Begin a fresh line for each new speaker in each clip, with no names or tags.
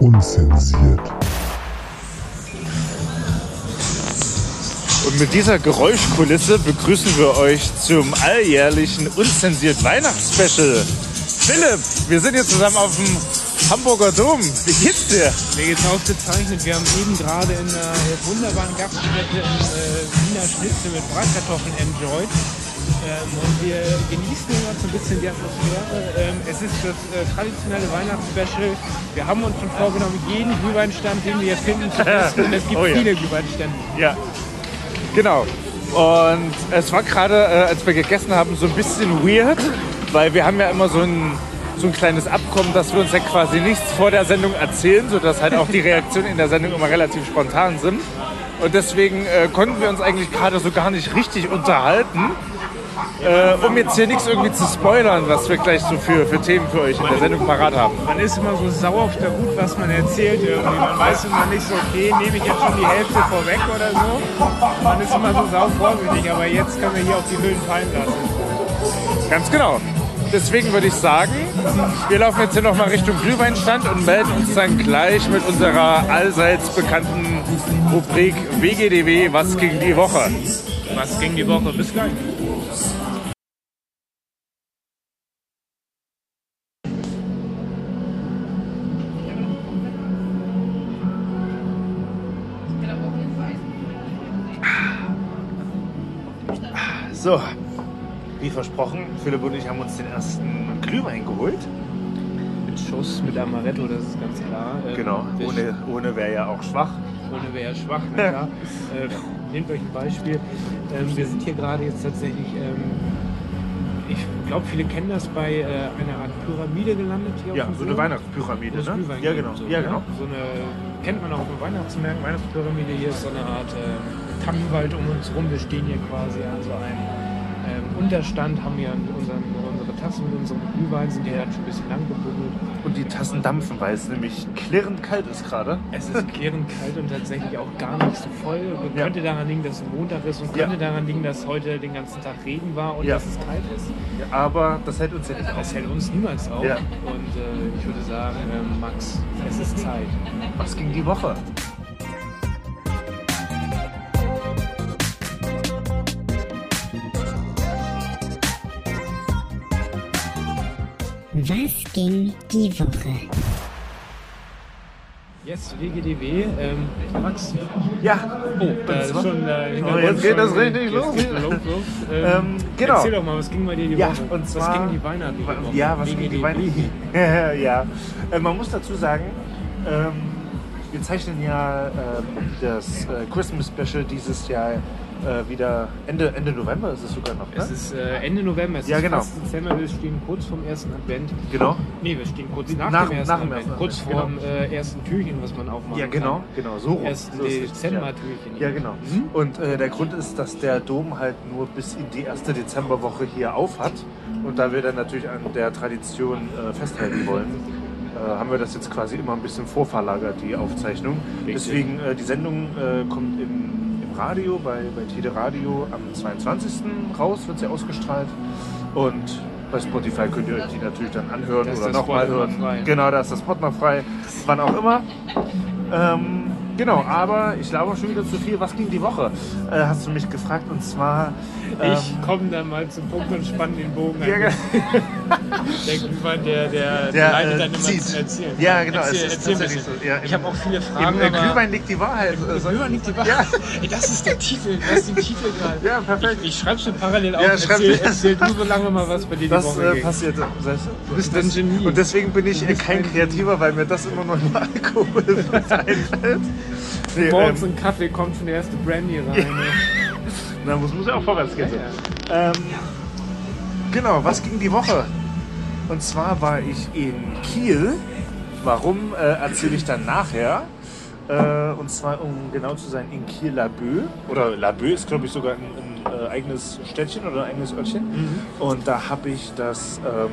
Unzensiert.
Und mit dieser Geräuschkulisse begrüßen wir euch zum alljährlichen unzensiert Weihnachtsspecial. Philipp, wir sind hier zusammen auf dem Hamburger Dom. Wie geht's dir?
Mir geht's ausgezeichnet. Wir haben eben gerade in einer wunderbaren Gaststätte in äh, Wiener Schnitzel mit Bratkartoffeln enjoyed. Ähm, und wir genießen immer so ein bisschen die Atmosphäre. Ähm, es ist das äh, traditionelle Weihnachtsspecial. Wir haben uns schon vorgenommen, jeden Glühweinstand, den wir hier finden, zu testen. Und es gibt
Oh ja.
viele Glühweinstände.
Ja, genau. Und es war gerade, äh, als wir gegessen haben, so ein bisschen weird, weil wir haben ja immer so ein, so ein kleines Abkommen, dass wir uns ja quasi nichts vor der Sendung erzählen, sodass halt auch die Reaktionen in der Sendung immer relativ spontan sind. Und deswegen äh, konnten wir uns eigentlich gerade so gar nicht richtig unterhalten. Äh, um jetzt hier nichts irgendwie zu spoilern, was wir gleich so für, für Themen für euch in der Sendung parat haben.
Man ist immer so sauer auf der Hut, was man erzählt irgendwie. Man weiß immer nicht so, okay, nehme ich jetzt schon die Hälfte vorweg oder so. Man ist immer so sau vorsichtig, aber jetzt können wir hier auf die Höhlen fallen lassen.
Ganz genau. Deswegen würde ich sagen, wir laufen jetzt hier nochmal Richtung Glühweinstand und melden uns dann gleich mit unserer allseits bekannten Rubrik WGDW, was ging die Woche.
Was ging die Woche? Bis gleich.
So, wie versprochen, Philipp und ich haben uns den ersten Glühwein geholt.
Mit Schuss, mit Amaretto, das ist ganz klar. Ähm,
Genau,
wir-
ohne, ohne wäre ja auch schwach.
Ohne wäre er schwach, na klar. äh, nehmt euch ein Beispiel. Ähm, wir sind hier gerade jetzt tatsächlich, ähm, ich glaube, viele kennen das, bei äh, einer Art Pyramide gelandet hier
Ja,
auf dem
so eine
Boden. Wo
Weihnachtspyramide,
es
ne?
Glühwein
Ja,
gibt,
genau,
so,
ja,
ne?
genau.
So eine, kennt man auch auf dem Weihnachtsmarkt, Weihnachtspyramide. Hier ist so eine Art ähm, Tannenwald um uns rum. Wir stehen hier quasi an so einem ähm, Unterstand, haben hier unseren, unsere Tassen mit unserem Glühwein, sind hier gerade schon ein bisschen lang gebuddelt.
Und die Tassen dampfen, weil es nämlich klirrend kalt ist gerade.
Es ist klärend kalt und tatsächlich auch gar nicht so voll. Und
Ja.
Könnte daran liegen, dass es Montag ist und
Ja.
könnte daran liegen, dass heute den ganzen Tag Regen war und
Ja.
dass es kalt ist.
Aber das hält uns ja nicht auf.
Das hält uns niemals auf.
Ja.
Und äh, ich würde sagen, ähm, Max, es ist Zeit.
Was ging die Woche?
Was ging die Woche?
Yes, WGDW. Ähm, Max,
Ja,
oh, da ist schon äh,
Oh, jetzt geht das richtig
jetzt
los.
geht's los, los.
Ähm, genau.
Erzähl doch mal, was ging bei dir die
Ja,
Woche?
und zwar-
was ging die Weihnachten? die Woche?
Ja, was gegen die Weihnachten? ja, äh, man muss dazu sagen, ähm, wir zeichnen ja ähm, das äh, Christmas Special dieses Jahr äh, wieder Ende, Ende November ist es sogar noch, ne?
Es ist äh, Ende November, es
Ja,
ist
genau.
fast Dezember, wir stehen kurz vorm ersten Advent.
genau.
Nee, wir stehen kurz nach,
Nach-
dem ersten,
nach dem
Advent,
ersten
kurz
Advent,
vorm äh, ersten Türchen, was man aufmachen
Ja, genau,
kann.
genau, so rum.
Ersten
so ist es,
Dezember-Türchen.
Ja, genau.
Mhm.
Und äh, der Grund ist, dass der Dom halt nur bis in die erste Dezemberwoche hier auf hat. Und da wir dann natürlich an der Tradition äh, festhalten wollen, äh, haben wir das jetzt quasi immer ein bisschen vorverlagert, die Aufzeichnung.
Richtig.
Deswegen, äh, die Sendung äh, kommt im, im Radio, bei, bei Tide Radio am 22. raus, wird sie ausgestrahlt. Und bei Spotify könnt ihr euch die natürlich dann anhören
Da ist
oder
der
nochmal
Spot noch
hören.
frei.
Genau, da ist das Spot noch frei, wann auch immer. Ähm, genau, aber ich glaube schon wieder zu viel. Was ging die Woche? Äh, hast du mich gefragt und zwar. ähm,
Ich komme dann mal zum Punkt und spanne den Bogen.
ja, äh, ge-
an. Der Glühwein, der, der,
Der,
leitet
äh,
dann immer
zieht.
zum Erzählen.
Ja, genau,
Erzähl,
es ist
erzähl ein
tatsächlich
bisschen.
so, ja, im-
ich habe auch viele Fragen,
Im äh,
aber...
Glühwein liegt die Wahrheit. Äh,
im Glühwein liegt die Wahrheit. Ey, das ist der Titel, das ist der Titel gerade.
Ja, perfekt.
Ich, ich schreibe schon parallel auf.
Ja, schreib-
erzähl, erzähl du so lange mal, was bei dir die
Das
Woche
äh,
ging.
passiert. Du
bist ein Genie.
Und deswegen bin ich
Du
äh,
bist
kein
ein-
Kreativer, weil mir das immer nur in Alkohol einfällt. Nee,
Morgens
ähm,
ein Kaffee kommt schon der erste Brandy rein.
na, muss, muss ja auch vorwärts gehen. so.
Ja, ja.
Ähm, Genau, was ging die Woche? Und zwar war ich in Kiel. Warum äh, erzähle ich dann nachher? Äh, und zwar, um genau zu sein, in Kiel Laboe. Oder Laboe ist, glaube ich, sogar ein, ein äh, eigenes Städtchen oder ein eigenes Örtchen. Und da habe ich das, ähm,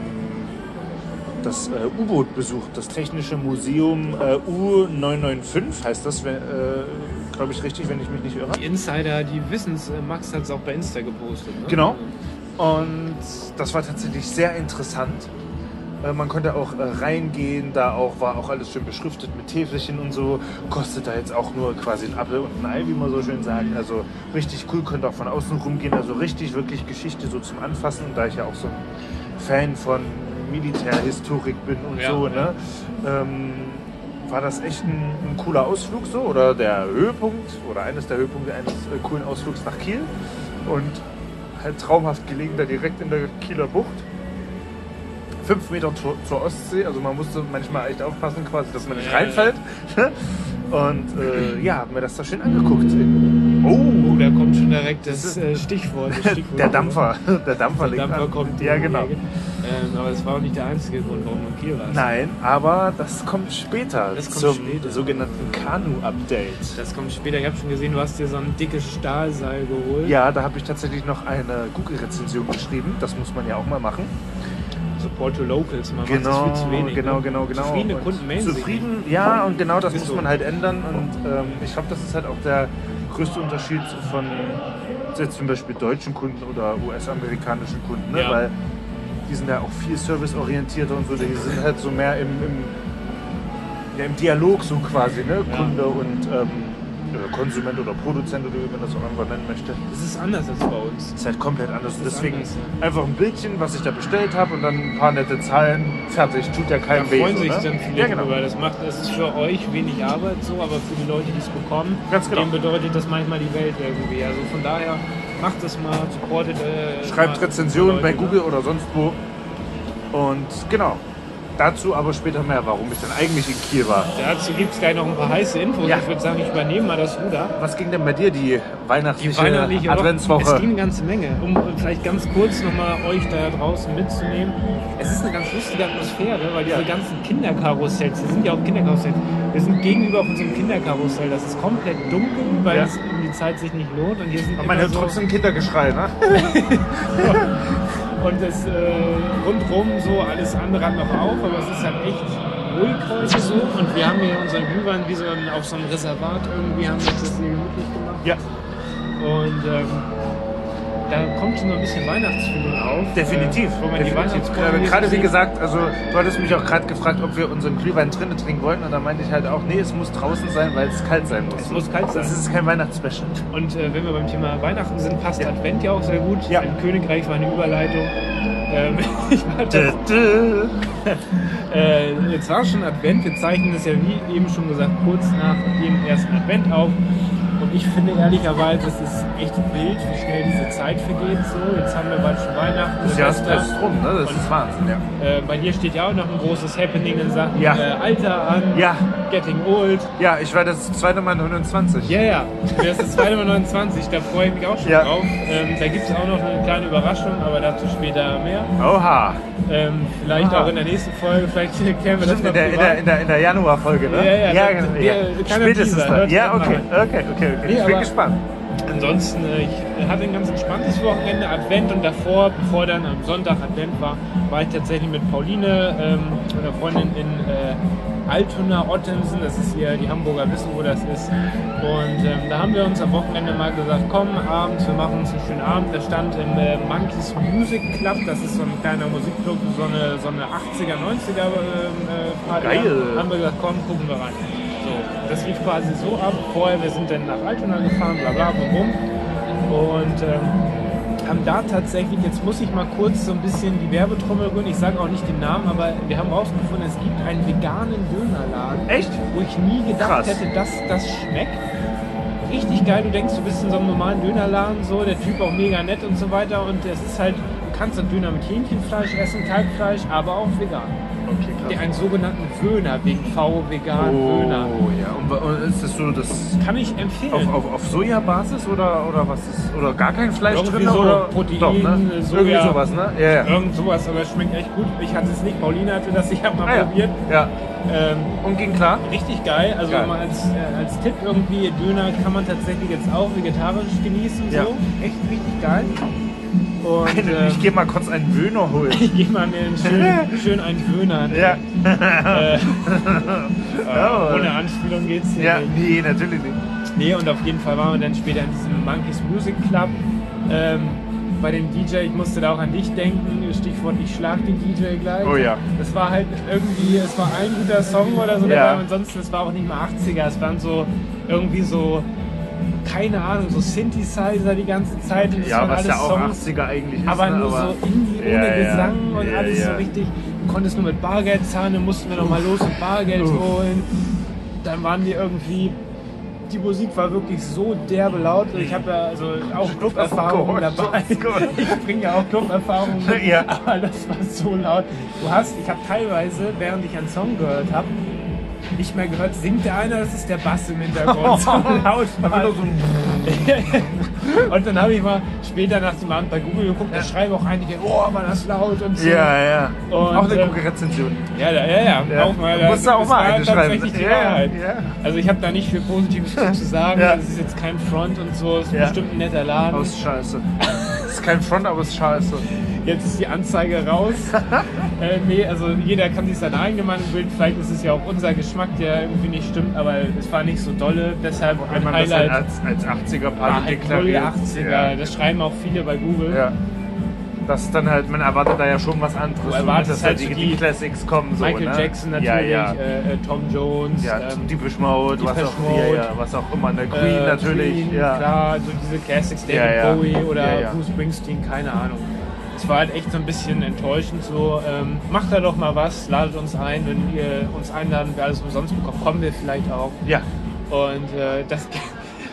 das äh, U-Boot besucht, das Technische Museum äh, U995 heißt das, wenn, äh, glaube ich, richtig, wenn ich mich nicht irre.
Die Insider, die wissen es. Max hat es auch bei Insta gepostet. Ne?
Genau. Und das war tatsächlich sehr interessant. Äh, Man konnte auch äh, reingehen, da auch war auch alles schön beschriftet mit Täfelchen und so. Kostet da jetzt auch nur quasi ein Apfel und ein Ei, wie man so schön sagt. Also richtig cool, konnte auch von außen rumgehen. Also richtig, wirklich Geschichte so zum Anfassen. Und da ich ja auch so ein Fan von Militärhistorik bin und
Ja,
so,
ja.
ne? Ähm, war das echt ein, ein cooler Ausflug so oder der Höhepunkt oder eines der Höhepunkte eines äh, coolen Ausflugs nach Kiel und halt traumhaft gelegen da direkt in der Kieler Bucht. Fünf Meter zur, zur Ostsee, also man musste manchmal echt aufpassen quasi, dass man nicht
Ja, ja,
reinfällt. Und äh, ja, hab mir das da schön angeguckt. Oh,
Oh, da kommt schon direkt das,
Das ist-
äh, Stichwort. Das Stichwort
der Dampfer, der Dampfer
Der
liegt
Dampfer
an.
kommt.
Ja,
um die
genau.
Ecke. Ähm, aber es war auch nicht der einzige Grund, warum du in Kiel warst.
Nein, aber das kommt später
Das kommt
zum
später.
sogenannten Kanu-Update.
Das kommt später. Ich habe schon gesehen, du hast dir so ein dickes Stahlseil geholt.
Ja, da habe ich tatsächlich noch eine Google-Rezension geschrieben. Das muss man ja auch mal machen.
Support to Locals. Man
Genau,
macht das viel zu wenig.
genau,
ne?
genau, genau.
Zufriedene
Und
Kunden melden sich.
Zufrieden, ja, und genau das
Ist
muss
so.
man halt ändern. Und ähm, ich glaube, das ist halt auch der größte Unterschied von jetzt zum Beispiel deutschen Kunden oder US-amerikanischen Kunden, ne?
Ja.
weil die sind ja auch viel serviceorientierter und so. Die sind halt so mehr im, im, ja, im Dialog so quasi, ne?
Ja.
Kunde und ähm, oder Konsument oder Produzent oder wie man das auch einfach nennen möchte.
Das ist anders als bei uns.
Ist halt komplett anders.
Das ist
Deswegen
anders,
einfach ein Bildchen, was ich da bestellt habe und dann ein paar nette Zahlen. Fertig, tut ja
Da
keinem weh.
freuen
so,
sich
ne?
dann viele
Ja, genau.
drüber. Das macht, das ist für euch wenig Arbeit so, aber für die Leute, die es bekommen,
Ganz genau.
denen bedeutet das manchmal die Welt irgendwie. Also von daher macht das mal, supportet. Äh,
Schreibt
mal
Rezensionen
Leute,
bei
ne?
Google oder sonst wo. Und genau. Dazu aber später mehr, warum ich dann eigentlich in Kiel war.
Dazu gibt es gleich noch ein paar heiße Infos.
Ja.
Ich würde sagen, ich übernehme mal das Ruder.
Was ging denn bei dir die weihnachtliche,
Es ging
Äh, Adventswoche?
eine ganze Menge. Um vielleicht ganz kurz nochmal euch da draußen mitzunehmen. Es ist eine ganz lustige Atmosphäre, weil diese
Ja.
ganzen Kinderkarussells, hier sind ja auch Kinderkarussells, wir sind gegenüber von so einem Kinderkarussell. Das ist komplett dunkel, weil
Ja.
es um die Zeit sich nicht lohnt. Und hier sind
Und man
immer
hört
so,
trotzdem Kindergeschrei, ne?
und das äh, rundrum so alles andere hat noch auf, aber es ist halt echt ruhig heute so. Und wir haben hier unseren Glühwein wie so ein, auf so einem Reservat irgendwie, haben wir uns das hier gemütlich gemacht.
Ja,
Und ähm, da kommt schon so ein bisschen Weihnachtsfühlung auf.
definitiv.
Äh, wo man die
definitiv.
Weihnachtsbäume
Äh,
hier
Gerade
so
wie
sieht.
gesagt, also du hattest mich auch gerade gefragt, ob wir unseren Glühwein drinnen trinken wollten. Und da meinte ich halt auch, nee, es muss draußen sein, weil es kalt sein muss.
Es muss kalt sein.
Das ist kein Weihnachtsspecial.
Und äh, wenn wir beim Thema Weihnachten sind, passt
Ja.
Advent ja auch sehr gut.
Ja.
Im Königreich war eine Überleitung. Ähm, ich war
Dö,
das,
dö.
äh, jetzt war schon Advent. Wir zeichnen das ja wie eben schon gesagt kurz nach dem ersten Advent auf. Und ich finde ehrlicherweise, es ist echt wild, wie schnell diese Zeit vergeht. So, jetzt haben wir bald schon Weihnachten.
Das Jahr ist
Silvester.
erst rum, ne? Das
Und
ist Wahnsinn, ja.
Äh, bei dir steht ja auch noch ein großes Happening in Sachen
Ja.
äh, Alter an,
Ja.
Getting Old.
Ja, ich werde das zweite Mal 29.
Ja, ja, du wirst das 229, da freue ich mich auch schon
Ja.
drauf. Ähm, da gibt es auch noch eine kleine Überraschung, aber dazu später mehr.
Oha.
Ähm, vielleicht
Aha.
auch in der nächsten Folge, vielleicht klären
Ah.
wir
Stimmt,
das
in der, in
privat.
der, in der, in der Januarfolge, ne?
Ja, ja, dann-
genau,
wir- kleiner
Spätestens
Teaser,
dann.
hört's
Ja,
dann
okay,
mal.
okay, okay, okay.
Nee,
ich bin
aber-
gespannt.
Ansonsten, äh, ich hatte ein ganz entspanntes Wochenende, Advent und davor, bevor dann am Sonntag Advent war, war ich tatsächlich mit Pauline, ähm, meiner Freundin in äh, Altona, Ottensen, das ist hier, die Hamburger wissen, wo das ist. Und ähm, da haben wir uns am Wochenende mal gesagt, komm, abends, wir machen uns einen schönen Abend. Da stand im äh, Monkeys Music Club, das ist so ein kleiner Musikclub, so eine, so eine 80er, 90er ähm, äh, Party.
Geil.
Haben wir gesagt, komm, gucken wir rein. So, das lief quasi so ab. Vorher, wir sind dann nach Altona gefahren, bla bla, bum, bum. Und ähm, haben da tatsächlich, jetzt muss ich mal kurz so ein bisschen die Werbetrommel rühren, ich sage auch nicht den Namen, aber wir haben rausgefunden, es gibt einen veganen Dönerladen,
Echt?
wo ich nie gedacht
Krass.
hätte, dass das schmeckt. Richtig geil, du denkst, du bist in so einem normalen Dönerladen, so, der Typ auch mega nett und so weiter. Und es ist halt, du kannst einen Döner mit Hähnchenfleisch essen, Kalbfleisch, aber auch vegan.
Okay, krass.
Der einen sogenannten Wöhner, wegen V, vegan,
Oh,
Wöhner.
ja. Und, wa- und ist das so das
Kann ich empfehlen.
auf, auf, auf Sojabasis oder, oder was ist? Oder gar kein Fleisch
Irgendwie
drin?
so,
oder?
Protein,
Doch, ne?
Soja.
Irgendwie sowas, ne? Ja, ja.
Irgend sowas, aber es schmeckt echt gut. Ich hatte es nicht, Pauline hatte das, ich habe mal
Ah, ja.
probiert.
ja.
Ähm,
Und ging klar?
richtig geil. Also
Geil.
Mal als, äh, als Tipp irgendwie, Döner kann man tatsächlich jetzt auch vegetarisch genießen.
Ja.
So. Echt richtig geil. Und
ich
ähm,
gehe mal kurz einen Wöhner holen.
ich gebe mal mir einen schönen, schön einen Döner.
ja.
Äh, äh,
Oh.
ohne Anspielung geht's hier
Ja,
nicht.
nee, natürlich nicht.
Nee, und auf jeden Fall waren wir dann später in diesem Monkeys Music Club. Ähm, bei dem DJ, ich musste da auch an dich denken, Stichwort ich schlag den DJ gleich.
Oh ja.
Das war halt irgendwie, es war ein guter Song oder so,
Ja.
ja. ansonsten, es war auch nicht mal 80er, es waren so irgendwie so, keine Ahnung, so Synthesizer die ganze Zeit. Und es
Ja,
waren
was
alles
ja auch
Songs,
80er eigentlich ist.
aber
ne?
nur so Indie ohne
Ja, ja.
Gesang und
Ja,
alles so
ja.
richtig. Du konntest nur mit Bargeld zahlen, dann mussten wir nochmal los und Bargeld
Uff.
holen. Dann waren wir irgendwie. Die Musik war wirklich so derbe laut. Ich habe ja also auch
Oh
Club-Erfahrungen
Gott,
dabei.
oh Gott.
Ich bringe ja auch Club-Erfahrungen mit.
Ja.
Aber das war so laut. Du hast, ich habe teilweise, während ich einen Song gehört habe, nicht mehr gehört, singt der einer, das ist der Bass im Hintergrund. So laut.
Einfach
war
nur so ein
und dann habe ich mal später nach dem Abend bei Google geguckt, da schreiben auch einige, oh, war das laut und so.
Ja, ja.
Und,
auch eine
ähm,
gute Rezension.
ja, da- ja, ja,
Ja.
auch mal.
Du musst da auch
das
mal
war
eine schreiben.
tatsächlich die
Ja,
Wahrheit.
ja.
Also ich habe da nicht viel Positives zu sagen,
Ja.
das ist jetzt kein Front und so, es ist
Ja.
bestimmt ein netter Laden.
Aus Scheiße. ist kein Front, aber ist Scheiße.
Jetzt ist die Anzeige raus. äh, nee, also jeder kann sich seine eigene Meinung bilden, vielleicht ist es ja auch unser Geschmack, der irgendwie nicht stimmt, aber es war nicht so dolle, deshalb
Wenn
ein
man das
Highlight.
halt als, als 80er-Party
war halt voll
deklariert.
80er,
Ja.
das schreiben auch viele bei Google.
Ja. Das ist dann halt, man erwartet da ja schon was anderes.
Du erwartest
dass
halt
da die,
so die-
die Classics kommen. So,
Michael
ne?
Jackson natürlich,
Ja, ja.
Äh, äh, Tom Jones,
ja
ähm,
die Mode, was auch,
Depeche
ja,
Mode.
ja, was auch immer. Ne? Queen
äh,
natürlich.
Queen,
ja.
klar, so diese Classics, David
Ja, ja.
Bowie oder
Ja, ja.
Bruce Springsteen, keine Ahnung. Es war halt echt so ein bisschen enttäuschend so, ähm, macht da doch mal was, ladet uns ein, wenn ihr uns einladen, wir alles umsonst bekommen, kommen wir vielleicht auch.
ja.
Und äh, das,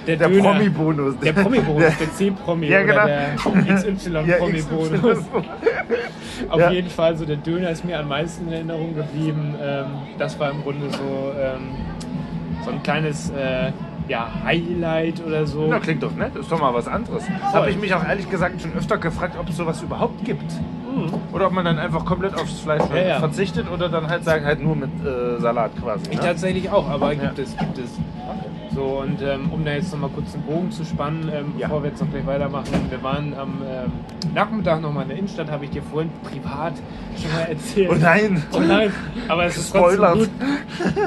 der,
Der
Döner,
Promi-Bonus.
Der Promi-Bonus, der C-Promi
Ja, genau.
oder der
Ja,
XY-Promi-Bonus.
XY.
Auf
Ja.
jeden Fall, so der Döner ist mir am meisten in Erinnerung geblieben. Ähm, das war im Grunde so, ähm, so ein kleines äh, ja, Highlight oder so.
Na, klingt doch nett, ist doch mal was anderes. Habe ich mich auch ehrlich gesagt schon öfter gefragt, ob es sowas überhaupt gibt. Oder ob man dann einfach komplett aufs Fleisch
Mhm. Ja, ja.
verzichtet oder dann halt sagt, halt nur mit äh, Salat quasi.
Ich
Ne?
tatsächlich auch, aber
Ja.
gibt es, gibt es. So, und ähm, um da jetzt nochmal kurz den Bogen zu spannen, ähm,
Ja.
bevor wir jetzt noch gleich weitermachen, wir waren am ähm, Nachmittag nochmal in der Innenstadt, habe ich dir vorhin privat schon mal erzählt.
Oh nein!
Oh nein, aber es ist trotzdem
Gespoilert.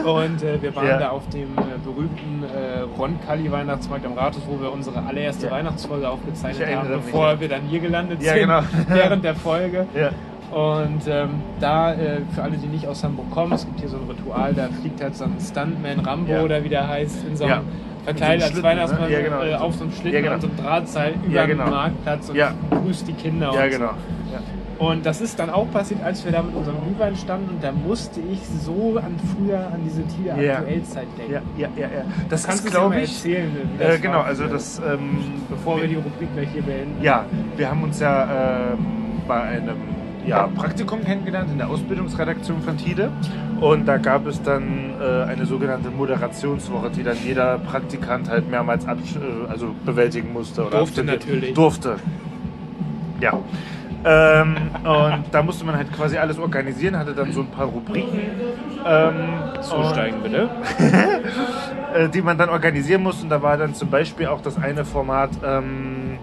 gut. Und äh, wir waren
Ja.
da auf dem äh, berühmten äh, Roncalli-Weihnachtsmarkt am Rathaus, wo wir unsere allererste
Ja.
Weihnachtsfolge aufgezeichnet
Ich
haben,
erinnere mich,
bevor
ja.
wir dann hier gelandet
Ja,
sind,
genau.
während der Folge.
Ja.
Und ähm, da, äh, für alle, die nicht aus Hamburg kommen, es gibt hier so ein Ritual, da fliegt halt so ein Stuntman Rambo
Ja.
oder wie der heißt, in so einem
Ja.
verkleidet
Mit so
als
einem Schlitten,
Weihnachtsmann
ne? Ja, genau.
äh, auf so einem Schlitten,
Ja, genau.
an so einem Drahtseil über
genau.
den Marktplatz und
Ja.
grüßt die Kinder
Ja,
und
genau.
so. Und das ist dann auch passiert, als wir da mit unserem Glühwein standen und da musste ich so an früher, an diese Tiere
Ja.
aktuell Zeit denken.
Ja, ja, ja, ja. Das ist,
Kannst du es ja mal
glaube ich.
erzählen? wie
Äh,
das
genau,
war
also
früher,
das. Ähm,
Bevor wir die Rubrik gleich hier beenden.
Ja, wir haben uns ja ähm, bei einem ja, Praktikum kennengelernt in der Ausbildungsredaktion von Tide. Und da gab es dann äh, eine sogenannte Moderationswoche, die dann jeder Praktikant halt mehrmals absch- äh, also bewältigen musste. Oder
Durfte
absolvieren-
natürlich.
Durfte. Ja. Ähm, und da musste man halt quasi alles organisieren, hatte dann so ein paar Rubriken. Ähm,
Zusteigen bitte.
äh, die man dann organisieren muss. Und da war dann zum Beispiel auch das eine Format ähm,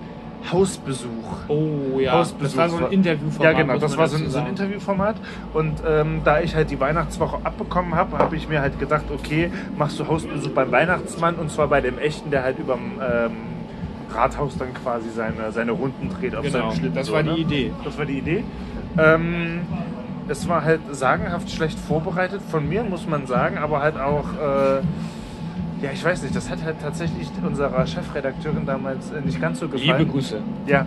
Hausbesuch.
Oh ja, das war so ein Interviewformat.
Ja, genau,
muss
das
man
war
dazu
so ein, so ein
sagen.
Interviewformat. Und ähm, da ich halt die Weihnachtswoche abbekommen habe, habe ich mir halt gedacht, okay, machst du Hausbesuch beim Weihnachtsmann und zwar bei dem echten, der halt überm ähm, Rathaus dann quasi seine, seine Runden dreht auf
Genau,
seinem Schlitten.
das
so,
war
ne?
die Idee.
Das war die Idee. Ähm, es war halt sagenhaft schlecht vorbereitet von mir, muss man sagen, aber halt auch, äh, ja, ich weiß nicht, das hat halt tatsächlich unserer Chefredakteurin damals äh, nicht ganz so gefallen.
Liebe Grüße.
Ja.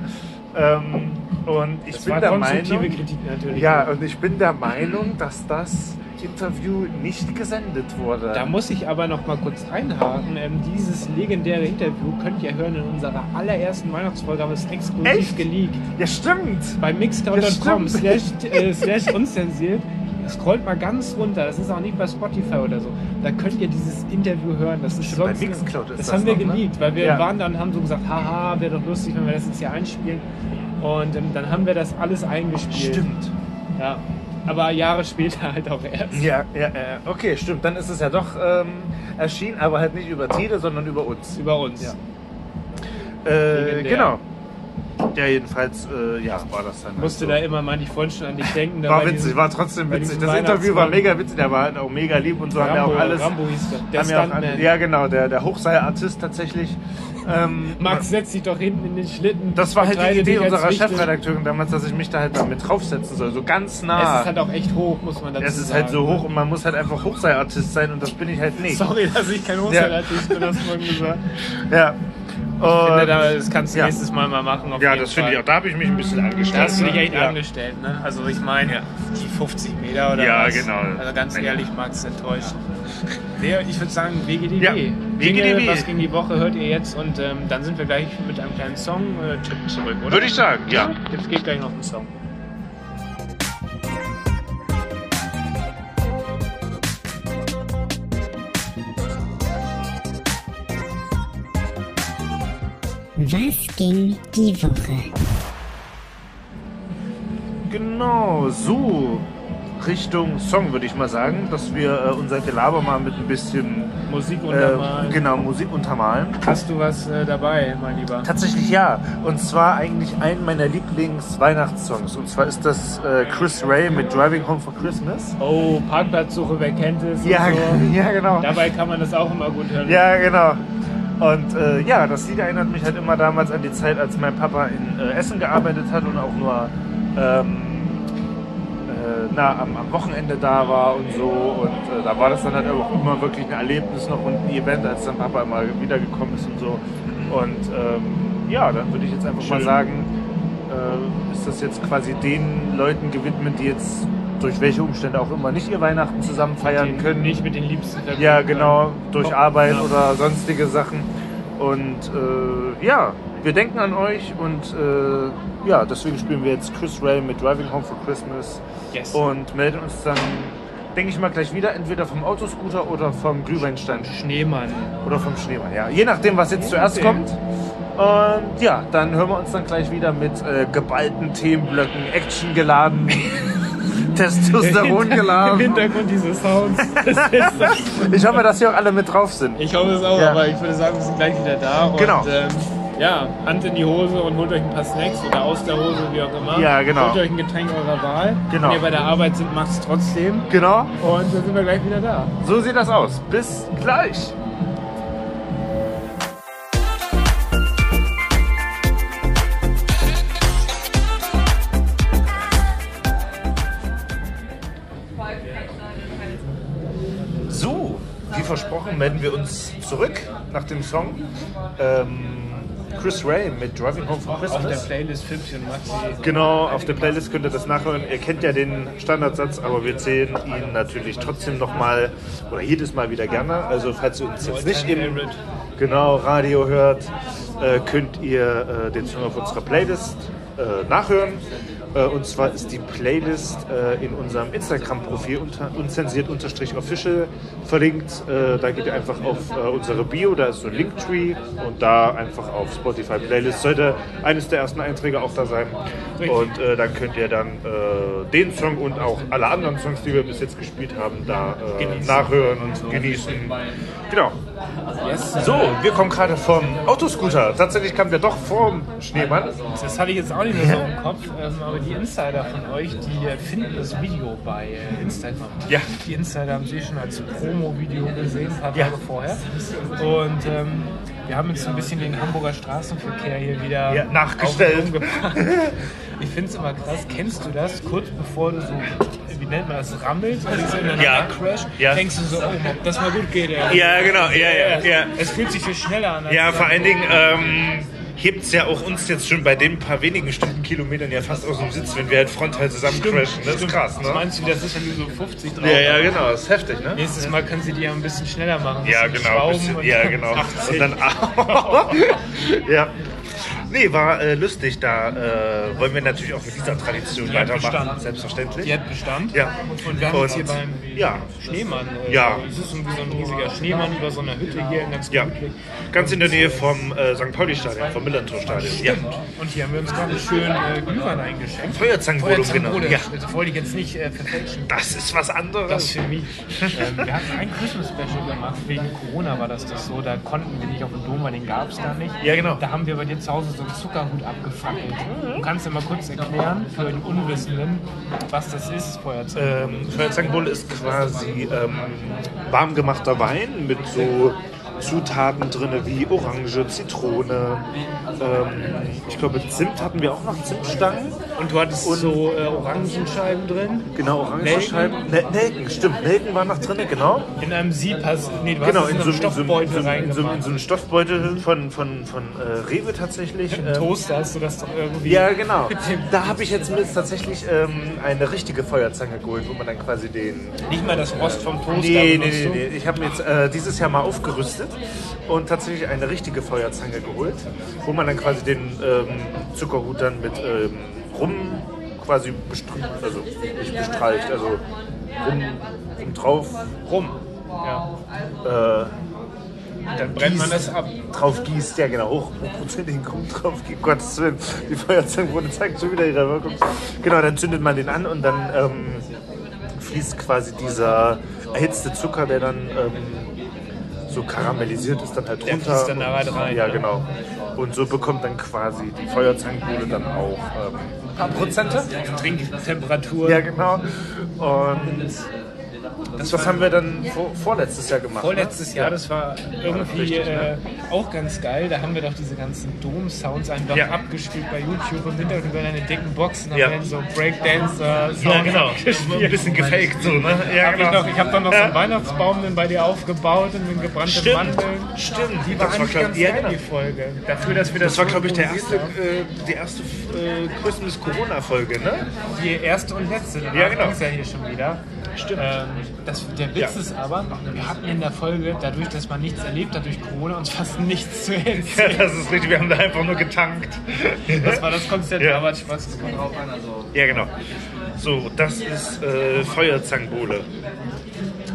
Ähm, und ich
Das
bin
war
der
konstruktive
Meinung,
Kritik natürlich.
ja, und ich bin der Meinung, dass das Interview nicht gesendet wurde.
Da muss ich aber noch mal kurz einhaken. Ähm, dieses legendäre Interview könnt ihr hören in unserer allerersten Weihnachtsfolge, aber es ist exklusiv
Echt?
geleakt.
ja, stimmt.
Bei mixcloud.com
Das
slash, äh, slash unzensiert scrollt mal ganz runter, das ist auch nicht bei Spotify oder so. Da könnt ihr dieses Interview hören. Das ist
Stimmt, bei
sonst
Mixcloud ist
das,
das
haben wir
noch, ne?
geliebt, weil wir
Ja.
waren dann haben so gesagt, haha, wäre doch lustig, wenn wir das jetzt hier einspielen. Und ähm, dann haben wir das alles eingespielt.
Stimmt.
Ja. Aber Jahre später halt auch erst.
Ja, ja, ja. Okay, stimmt. Dann ist es ja doch ähm, erschienen, aber halt nicht über Tede, sondern über uns.
Über uns.
Ja. Äh,
Legendär.
genau. Ja, jedenfalls, äh, ja, war das dann.
Musste da
halt
immer mal die Freunde schon an dich denken. da
so. War
bei
witzig,
diesem-
war trotzdem
bei
witzig.
diesem
Das Interview war
Weihnachtsmann.
mega witzig, der war halt auch mega lieb und so. Haben ja
Rambo,
auch alles.
Rambo hieß der. Der
haben ja, auch alle,
Stuntman.
ja, genau, der, der Hochseilartist tatsächlich. Ähm,
Max setzt dich doch hinten in den Schlitten.
Das war halt die
verkleide
Idee
dich als
unserer
Wichtel.
Chefredakteurin damals, dass ich mich da halt mal mit draufsetzen soll. So ganz
Es
nah.
ist halt auch echt hoch, muss man dazu sagen.
Es ist halt so hoch und man muss halt einfach Hochseilartist sein und das bin ich halt nicht.
Sorry, dass ich kein Hochseilartist bin, das vorhin gesagt.
Ja.
Finde,
Und,
da- das kannst du
ja.
nächstes Mal mal machen. Auf
ja,
jeden
das finde
Fall.
ich auch. Da habe ich mich ein bisschen angestellt.
Da hast du dich
ne?
echt
ja.
angestellt, ne? Also ich meine, die 50 Meter oder
Ja,
was.
genau.
Also ganz
Ja.
ehrlich, Max, enttäuscht. Nee, ich würde sagen, WGDW.
Ja, WGDW.
Jingle, was ging die Woche, hört ihr jetzt und ähm, dann sind wir gleich mit einem kleinen Song-Tipp zurück, oder?
Würde ich sagen, ja.
Jetzt geht gleich noch ein Song.
Was ging die Woche?
Genau, so Richtung Song würde ich mal sagen, dass wir äh, unser Gelaber mal mit ein bisschen
Musik
äh,
untermalen.
genau, Musik untermalen.
Hast du was äh, dabei, mein Lieber?
Tatsächlich ja. Und zwar eigentlich einen meiner Lieblings-Weihnachtssongs. Und zwar ist das äh, Chris Ray mit Driving Home for Christmas.
Oh, Parkplatzsuche, wer kennt es?
Ja,
Und so.
ja genau.
Dabei kann man das auch immer gut hören.
Ja, genau. Und äh, ja, das Lied erinnert mich halt immer damals an die Zeit, als mein Papa in äh, Essen gearbeitet hat und auch nur ähm, äh, na, am, am Wochenende da war und so. Und äh, da war das dann halt auch immer wirklich ein Erlebnis noch und ein Event, als dann Papa immer wiedergekommen ist und so. Und ähm, ja, dann würde ich jetzt einfach mal
Schön.
sagen, äh, ist das jetzt quasi den Leuten gewidmet, die jetzt durch welche Umstände auch immer nicht ihr Weihnachten zusammen feiern
Den
können.
Nicht mit den Liebsten verbinden
Ja,
können.
genau, durch
Doch,
Arbeit
ja.
oder sonstige Sachen. Und äh, ja, wir denken an euch und äh, ja, deswegen spielen wir jetzt Chris Ray mit Driving Home for Christmas
Yes.
und melden uns dann, denke ich mal, gleich wieder, entweder vom Autoscooter oder vom Glühweinstein
Schneemann.
oder vom Schneemann, ja. Je nachdem, was jetzt zuerst
Okay.
kommt. Und ja, dann hören wir uns dann gleich wieder mit äh, geballten Themenblöcken, Action geladen, Testosteron
Im
geladen.
Hintergrund diese Sounds. Das ist das.
Ich hoffe, dass hier auch alle mit drauf sind.
Ich hoffe es auch,
Ja.
aber ich würde sagen, wir sind gleich wieder da. Und,
Genau.
Ähm, ja, Hand in die Hose und holt euch ein paar Snacks oder aus der Hose, wie auch immer.
Ja, genau.
Holt euch ein Getränk eurer Wahl.
Genau.
Wenn ihr bei der Arbeit sind, macht es trotzdem.
Genau.
Und dann sind wir gleich wieder da.
So sieht das aus. Bis gleich. So, wie versprochen, melden wir uns zurück nach dem Song. Ähm, Chris Ray mit Driving Home for
Auf der
Christmas.
Playlist Fips und Maxi.
Genau, auf der Playlist könnt ihr das nachhören. Ihr kennt ja den Standardsatz, aber wir zählen ihn natürlich trotzdem nochmal oder jedes Mal wieder gerne. Also falls ihr uns jetzt nicht im genau, Radio hört, äh, könnt ihr äh, den Song auf unserer Playlist äh, nachhören. Äh, und zwar ist die Playlist äh, in unserem Instagram-Profil unter, unzensiert-official verlinkt. Äh, da geht ihr einfach auf äh, unsere Bio, da ist so ein Linktree und da einfach auf Spotify Playlist sollte eines der ersten Einträge auch da sein. Und äh, dann könnt ihr dann äh, den Song und auch alle anderen Songs, die wir bis jetzt gespielt haben, da äh, nachhören und genießen. Genau. So, wir kommen gerade vom Autoscooter. Tatsächlich kamen wir doch vom Schneemann.
Das hatte ich jetzt auch nicht mehr so im Kopf, ähm, aber die Insider von euch, die äh, finden das Video bei äh, Instagram.
Ja.
Die Insider haben sie schon als Promo-Video gesehen, ein paar
Ja.
Tage vorher. Und ähm, wir haben jetzt ein bisschen den Hamburger Straßenverkehr hier wieder
Ja, nachgestellt.
auf den Boden gebracht. Ich finde es immer krass. Kennst du das? Kurz bevor du so, wie nennt man das, rammelst oder so in
Ja.
Crash,
Ja.
denkst du so, oh, ob das mal gut geht. ey.
Ja, genau.
Es fühlt sich viel schneller an. als
Ja,
du
vor allen Dingen ähm, hebt es ja auch uns jetzt schon bei den paar wenigen Stunden Kilometern ja fast aus dem Sitz, wenn wir halt frontal zusammen crashen. Das ist krass,
Was
ne?
meinst du, das ist, wenn du so 50 drauf
Ja, ja, genau. Das ist heftig, ne?
Nächstes Mal können sie die ja ein bisschen schneller machen.
Ja,
Bisschen
genau.
schrauben
Bisschen,
und
ja,
dann
genau.
80.
Und dann ja. Nee, war äh, lustig. Da äh, wollen wir natürlich auch mit dieser Tradition
Die hat
weitermachen.
Bestand.
Selbstverständlich.
Die hat Bestand.
Ja.
Und wir haben uns hier beim
Ja.
Schneemann. äh,
Ja.
Es ist irgendwie so ein riesiger Schneemann über so einer Hütte hier in ganz
Ja.
gemütlich.
Ganz in der Nähe vom äh, St. Pauli-Stadion, vom Millantor-Stadion. Ja.
Und hier haben wir uns gerade schön äh, Glühwein eingeschenkt.
Feuerzangenbodum, genau.
Feuerzangenbodum.
Ja.
Das wollte ich jetzt nicht äh, verfälschen.
Das ist was anderes.
Das für mich. ähm, wir hatten ein Christmas-Special gemacht, wegen Corona war das das so, da konnten wir nicht auf den Dom, weil den gab es da nicht.
Ja, genau.
Da haben wir bei dir zu Hause so einen Zuckerhut abgefackelt. Du kannst ja mal kurz erklären für den Unwissenden, was das ist, Feuerzeug.
Ähm, Feuerzangenbull ist quasi ähm, warm gemachter Wein mit so Zutaten drin wie Orange, Zitrone. Ähm, ich glaube, Zimt hatten wir auch noch, Zimtstangen.
Und du hattest so äh, Orangenscheiben drin.
Genau, Orangenscheiben. Ne Nelken, stimmt. Nelken waren noch drin, genau.
In einem Sieb hast nee, du
genau
hast es in einem Stoffbeutel
in so, in so, in
reingemacht.
so einen Stoffbeutel von, von, von äh, Rewe tatsächlich.
Im
ähm,
Toaster hast du das doch irgendwie.
Ja, genau. Da habe ich jetzt mir jetzt tatsächlich ähm, eine richtige Feuerzange geholt, wo man dann quasi den
Nicht mal das Rost vom Toaster.
Nee, nee,
benutzt
nee,
du.
nee. Ich habe mir jetzt äh, dieses Jahr mal aufgerüstet und tatsächlich eine richtige Feuerzange geholt, wo man dann quasi den ähm, Zuckerhut dann mit ähm, rum quasi bestrahlt, also nicht bestreicht, also rum, rum drauf, rum
Ja.
äh,
Dann brennt man das ab.
drauf gießt, ja genau, hoch, hochprozentigen Rum drauf gießt, Gottes Willen, die Feuerzange wurde zeigt schon wieder ihre Wirkung. Genau, dann zündet man den an und dann ähm, fließt quasi dieser erhitzte Zucker, der dann ähm, so karamellisiert ist, dann halt
Der
runter.
fließt dann
und-
da halt rein,
Ja,
ne?
genau. Und so bekommt dann quasi die Feuerzangenbude dann auch ähm, ein paar Prozente.
Trinktemperatur.
Ja, genau. Und das, was haben wir dann vor, vorletztes Jahr gemacht? ne?
Vorletztes Oh, Jahr, das war irgendwie
richtig, ne?
äh, auch ganz geil. Da haben wir doch diese ganzen Dom-Sounds einfach
Ja.
abgespielt bei YouTube im Hintergrund über deine dicken Boxen. Haben
Ja.
wir dann so Breakdancer-Sounds
Ja, genau.
gespielt.
Ein bisschen gefaked so, ne? Ja,
Hab ich
genau.
noch- ich habe dann noch so einen
Ja.
Weihnachtsbaum dann bei dir aufgebaut und einen gebrannten
Stimmt,
Mandeln.
stimmt.
Die war
Das war,
eigentlich
glaub-
ganz
ja,
geil,
genau.
die Folge. Dafür, dass wir das,
Das war, glaube ich, der erste,
improvisiert
äh, die erste äh, Christmas-Corona-Folge, ne?
haben. Die erste und letzte. Danach
Ja, genau.
ging's ja hier schon wieder.
Stimmt.
Ähm, das, der Witz
Ja.
ist aber, wir hatten in der Folge, dadurch, dass man nichts erlebt hat durch Corona, uns fast nichts zu erzählen.
Das ist richtig, wir haben da einfach nur getankt.
Das war das Konzept,
Ja.
aber hat Spaß es kommt drauf an. Also.
Ja, genau. So, das ist äh, Feuerzangenbowle.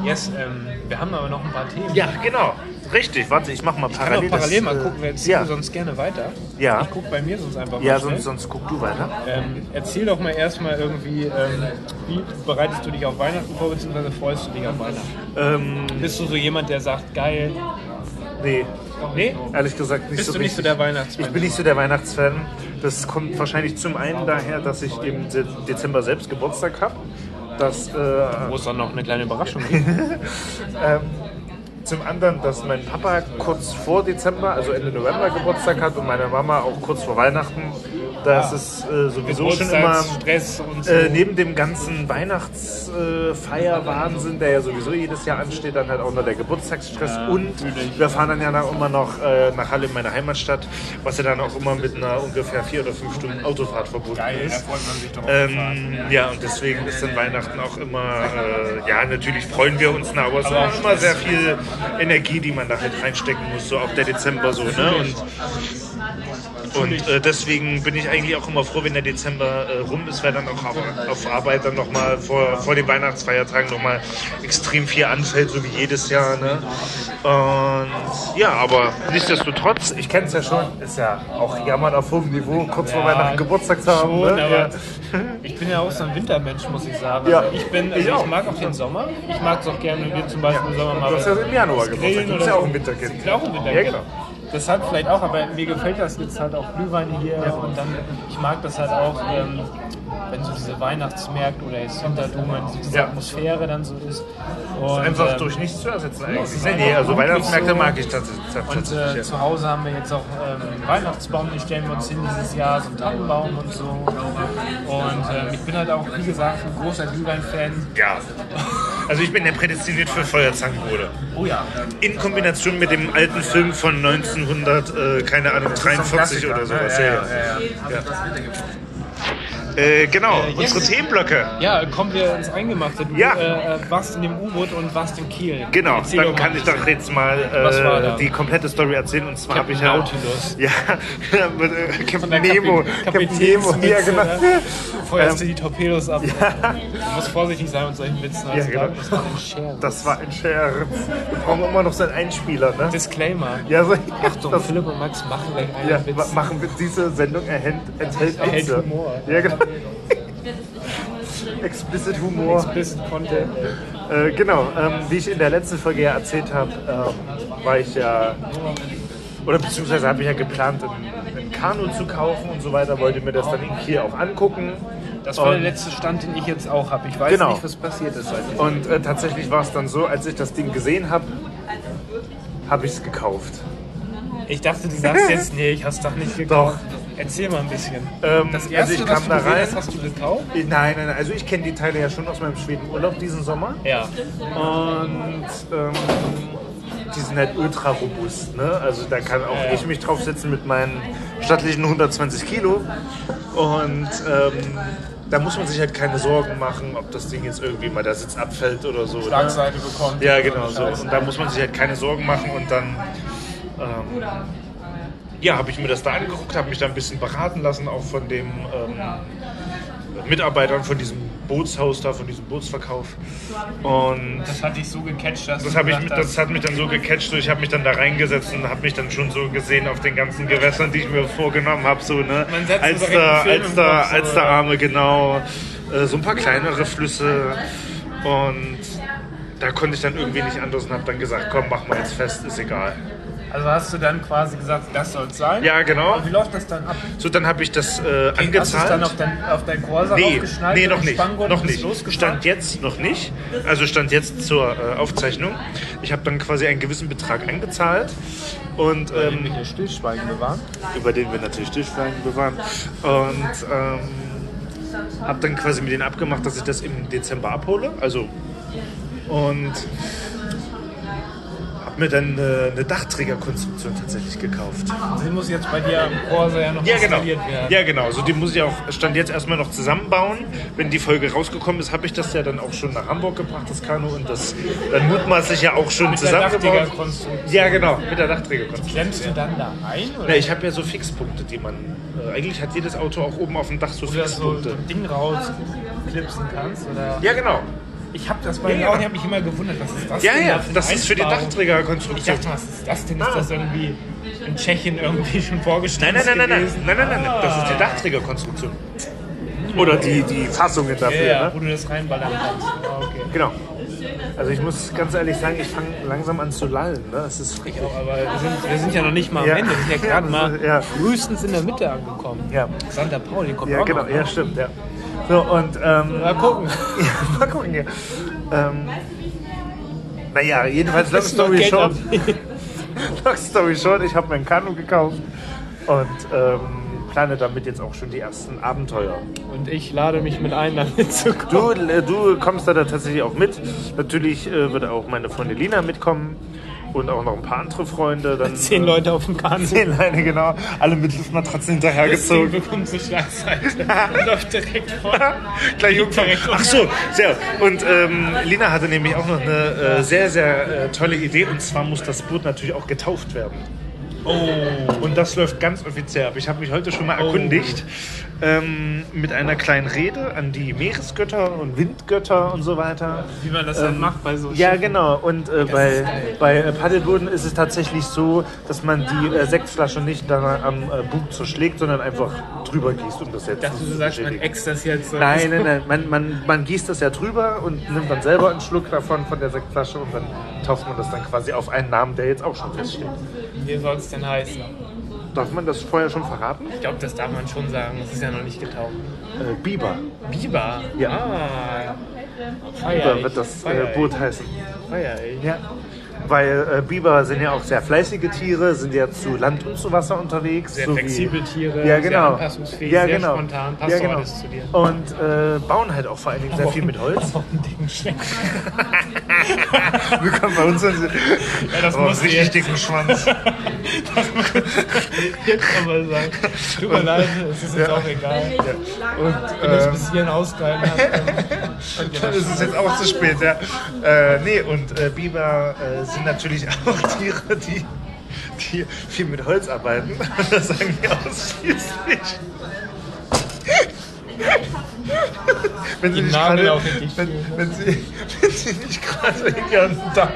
Yes, ähm, wir haben aber noch ein paar Themen.
Ja, genau. Richtig, warte, ich mach mal
Ich kann
parallel.
auch parallel
das,
mal
äh,
gucken, wir erzählen
ja.
sonst gerne weiter.
Ja.
Ich guck bei mir sonst einfach mal.
Ja,
schnell.
sonst, sonst guck du weiter.
Ähm, erzähl doch mal erstmal irgendwie, ähm, wie bereitest du dich auf Weihnachten vor, beziehungsweise freust du dich auf Weihnachten?
Ähm,
Bist du so jemand, der sagt, geil?
nee,
Nee?
ehrlich gesagt nicht
Bist
so
du nicht so
richtig.
der
Ich
Weihnachtsmann?
bin nicht so der Weihnachtsfan. Das kommt wahrscheinlich zum einen daher, dass ich im De- Dezember selbst Geburtstag habe. Das äh,
Wo es dann noch eine kleine Überraschung
Ähm, zum anderen, dass mein Papa kurz vor Dezember, also Ende November Geburtstag hat und meine Mama auch kurz vor Weihnachten. Das ist äh, sowieso schon immer
Stress und so.
äh, neben dem ganzen Weihnachtsfeierwahnsinn, der ja sowieso jedes Jahr ansteht, dann halt auch noch der Geburtstagsstress. und wir fahren dann ja noch immer noch äh, nach Halle in meine Heimatstadt, was ja dann auch immer mit einer ungefähr vier oder fünf Stunden Autofahrt verbunden ist. Ähm, ja, und deswegen ist dann Weihnachten auch immer, äh, ja, natürlich freuen wir uns, ne, aber es ist auch immer sehr viel Energie, die man da halt reinstecken muss, so auch der Dezember so, ne? Und, und äh, deswegen bin ich eigentlich auch immer froh, wenn der Dezember äh, rum ist, weil dann auch auf, auf Arbeit dann nochmal vor, vor den Weihnachtsfeiertagen nochmal extrem viel anfällt, so wie jedes Jahr, ne? Und ja, aber nichtsdestotrotz, ich kenne es ja schon, ist ja auch jammern auf hohem Niveau, kurz vor
Ja,
Weihnachten Geburtstag zu haben,
Schon,
ne?
aber
Ja.
ich bin ja auch so ein Wintermensch, muss ich sagen.
Ja,
Also ich, bin, also
ich
ich,
auch.
mag auch den Sommer. Ich mag es auch gerne, wenn wir zum Beispiel im Sommer mal.
Du hast ja im Januar
was
Geburtstag.
grillen
Gibt's
oder
ja auch
so.
ein Winterkind.
Es gibt auch ein Winterkind.
Ja, genau.
Das hat vielleicht auch, aber mir gefällt das jetzt halt auch Glühwein hier und dann, ich mag das halt auch, ähm, wenn so diese Weihnachtsmärkte oder jetzt Hinterdom, wenn so diese
Ja.
Atmosphäre dann so ist. Und,
Einfach
ähm,
durch nichts zu ersetzen eigentlich.
ist
Nee, nee, also
einfach
Weihnachtsmärkte
so.
mag ich tats- tats-
Und
tatsächlich.
äh,
ja.
zu Hause haben wir jetzt auch ähm, einen Weihnachtsbaum, den stellen wir uns hin dieses Jahr, so einen Tannenbaum und so. Und ähm, ich bin halt auch, wie gesagt, ein großer Glühwein-Fan.
ja. Also ich bin ja prädestiniert für Feuerzangenbowle.
Oh ja.
In Kombination mit dem alten Film von ne? 1900, äh, keine Ahnung, 43 oder sowas. Ja, ja. Äh, genau,
jetzt-
unsere Themenblöcke.
Ja, kommen wir ins Eingemachte. Du
Ja.
äh, äh, warst in dem U-Boot und warst in Kiel.
Genau,
Erzähl
dann
mal
kann
ein
ich doch
bisschen.
jetzt mal
Was war da?
äh, die komplette Story erzählen. Und zwar habe ich
Captain
ja.
Nautilus.
Ja, mit äh,
Von
Captain
der
Nemo.
Kapitän-
Captain Nemo,
Kapitänsmütze,
ja, genau.
ne? Feuerst du die Torpedos ab. Du musst vorsichtig sein mit solchen Witzen. Also
genau.
Das war ein Scherz.
Das war ein Scherz. Wir brauchen immer noch so einen Einspieler, ne?
Disclaimer.
Ja, so,
Achtung,
das,
Philipp und Max machen gleich einen
ja,
Witz.
ma- machen wir diese Sendung erhält, enthält
Erhält
Witze.
Humor.
Ja, genau. Explicit Humor.
Explicit Content.
Äh, genau, ähm, wie ich in der letzten Folge ja erzählt habe, ähm, war ich ja, oder beziehungsweise habe ich ja geplant, ein, ein Kanu zu kaufen und so weiter, wollte mir das dann in Kiel auch angucken.
Das war der
Und-
letzte Stand, den ich jetzt auch habe. Ich weiß
Genau.
nicht, was passiert ist seitdem.
Und äh, tatsächlich war es dann so, als ich das Ding gesehen habe, habe ich es gekauft.
Ich dachte, du sagst jetzt, nee, ich hab's doch nicht gekauft. Erzähl mal ein bisschen.
Ähm, also ich kam
was du
da
gesehen
rein.
hast, hast du gekauft?
Äh, Nein, nein, nein, also ich kenne die Teile ja schon aus meinem Schwedenurlaub diesen Sommer.
Ja.
Und ähm, die sind halt ultra robust. Ne? Also da kann auch
Ja, ja.
ich mich draufsetzen mit meinen stattlichen 120 Kilo. Und ähm, da muss man sich halt keine Sorgen machen, ob das Ding jetzt irgendwie mal der Sitz abfällt oder so. Ne?
Schlagseite bekommen.
Ja, genau so. Und da muss man sich halt keine Sorgen machen. Und dann ähm, ja, habe ich mir das da angeguckt, habe mich da ein bisschen beraten lassen, auch von dem ähm, Mitarbeitern von diesem Bootshaus da, von diesem Bootsverkauf. Und
Das hat dich so gecatcht, dass
das,
du
hab ich,
gedacht
das
hast,
hat mich dann so gecatcht, so ich habe mich dann da reingesetzt und habe mich dann schon so gesehen auf den ganzen Gewässern, die ich mir vorgenommen habe. So, ne?
Man setzt
als,
sich direkt
der,
einen Film
als,
im
der,
Kopf, so,
als der
ja.
Arme, genau. Äh, so ein paar kleinere Flüsse. Und da konnte ich dann irgendwie nicht anders und habe dann gesagt, komm, mach mal jetzt fest, ist egal.
Also hast du dann quasi gesagt, das soll's sein?
Ja, genau.
Aber wie läuft das dann ab?
So, dann habe ich das äh,
Hast du es dann
angezahlt.
auf dein, auf dein Corsa
Nee,
aufgeschnallt?
nee,
mit
noch
dem
nicht.
Spanngurt
Noch
und bist
nicht.
losgefahren?
Stand jetzt noch nicht. Also stand jetzt zur äh, Aufzeichnung. Ich habe dann quasi einen gewissen Betrag angezahlt und ähm,
Hier Stillschweigen bewahren.
über den wir natürlich Stillschweigen bewahren. Und ähm, habe dann quasi mit denen abgemacht, dass ich das im Dezember abhole. Also und habe mir dann eine, eine Dachträgerkonstruktion tatsächlich gekauft.
Sie Also muss jetzt bei dir am Corsa ja noch
Ja, genau.
installiert werden.
Ja, genau. So, die muss ich auch Stand jetzt erstmal noch zusammenbauen. Wenn die Folge rausgekommen ist, habe ich das ja dann auch schon nach Hamburg gebracht, das Kanu. Und das dann mutmaßlich ja auch schon
Mit der
zusammengebaut.
Dachdecker-Konstruktion.
Ja, genau. Mit der Dachträgerkonstruktion.
Klemmst du dann da ein? Oder?
Na, ich habe ja so Fixpunkte, die man. Äh, eigentlich hat jedes Auto auch oben auf dem Dach so
du das so
Fixpunkte.
ein Ding rausklipsen kannst? Oder?
Ja, genau.
Ich habe das bei
Ja,
den
ja.
Augen, ich habe mich immer gewundert, was ist das
Ja,
denn
ja.
da eine
Das ist für die
Einsparung? Ich
Dachträgerkonstruktion.
dachte, was ist das denn? Ist
Ah.
das irgendwie in Tschechien irgendwie schon
Nein,
vorgestellt?
nein, nein, nein, nein,
gewesen?
nein, nein, nein, nein. Das ist
Ah.
die Dachträgerkonstruktion. Oder die, die Fassungen
Hm. Ja,
dafür.
ja,
ne?
wo du das reinballern kannst. Ah, okay.
Genau. Also ich muss ganz ehrlich sagen, ich fange langsam an zu lallen. Ne? Es ist
Ich auch, aber wir sind, wir sind ja noch nicht mal am
Ja.
Ende. Wir sind ja gerade mal
Ja.
frühestens in der Mitte angekommen.
Ja.
Santa Pauli kommt
Ja,
auch
genau,
noch.
ja, stimmt, ja. So, und, ähm,
Mal gucken.
ja, mal gucken, ja. Ähm, naja, jedenfalls, long
Bisschen noch
story
Geld
short,
ab-
long story short, ich habe mein Kanu gekauft und ähm, plane damit jetzt auch schon die ersten Abenteuer.
Und ich lade mich mit ein, damit zu kommen.
Du, äh, du kommst da dann tatsächlich auch mit. Natürlich äh, wird auch meine Freundin Lina mitkommen und auch noch ein paar andere Freunde. Dann,
Zehn
äh,
Leute auf dem Kahn.
Zehn Leine, genau. Alle mit Luftmatratzen
Deswegen
hinterhergezogen.
bekommt so Schlagseite. Läuft direkt vor.
Gleich
Geht
irgendwann.
direkt um.
Ach so, sehr. Und ähm, Lina hatte nämlich auch noch eine äh, sehr, sehr äh, tolle Idee. Und zwar muss das Boot natürlich auch getauft werden. Oh. Und das läuft ganz offiziell. Aber ich habe mich heute schon mal erkundigt ähm, mit einer kleinen Rede an die Meeresgötter und Windgötter und so weiter.
Wie man das dann macht bei so
Ähm, Ja,
Schiffen.
genau.
halt
Und äh, bei, bei äh, Paddelbooten ist es tatsächlich so, dass man die äh, Sektflasche nicht dann am äh, Bug zerschlägt, sondern einfach drüber gießt, um das jetzt
Dachte, du
zu
sagst, man
beschädigen.
ext das jetzt. so.
Nein, nein, nein. Man, man, man gießt das ja drüber und nimmt dann selber einen Schluck davon von der Sektflasche und dann tauft man das dann quasi auf einen Namen, der jetzt auch schon feststeht.
Wie soll es denn heißen?
Darf man das vorher schon verraten?
Ich glaube, das darf man schon sagen. Das ist ja noch nicht getaucht.
Äh, Biber.
Biber?
Ja.
Ah. Feier
Biber
ich.
wird das
Feier
äh,
ich.
Boot heißen.
Feier ich.
Ja. Weil äh, Biber sind ja auch sehr fleißige Tiere, sind ja zu Land und zu Wasser unterwegs.
Sehr
so wie-
flexible Tiere,
ja,
sehr
genau.
anpassungsfähig,
ja,
sehr
genau.
spontan, passt
ja,
doch
genau.
alles zu dir.
Und äh, bauen halt auch vor allen Dingen sehr viel mit Holz.
Auf dem dicken Schwenk.
Willkommen bei uns. Ja,
Oh,
das muss
richtig
jetzt.
dicken Schwanz.
Jetzt aber sagen. Tut mir leid, es ist jetzt auch egal.
Wenn ich lang arbeite.
Wenn ihr es bis hierhin ausgehalten habt,
Dann ist es jetzt auch zu spät, ja. Äh, nee, und äh, Biber äh, sind natürlich auch Tiere, die, die viel mit Holz arbeiten. Das sagen die ausschließlich. Wenn sie,
Im
nicht
Nagel
gerade,
auch richtig
wenn,
viel.
wenn, sie, wenn sie nicht gerade den ganzen Tag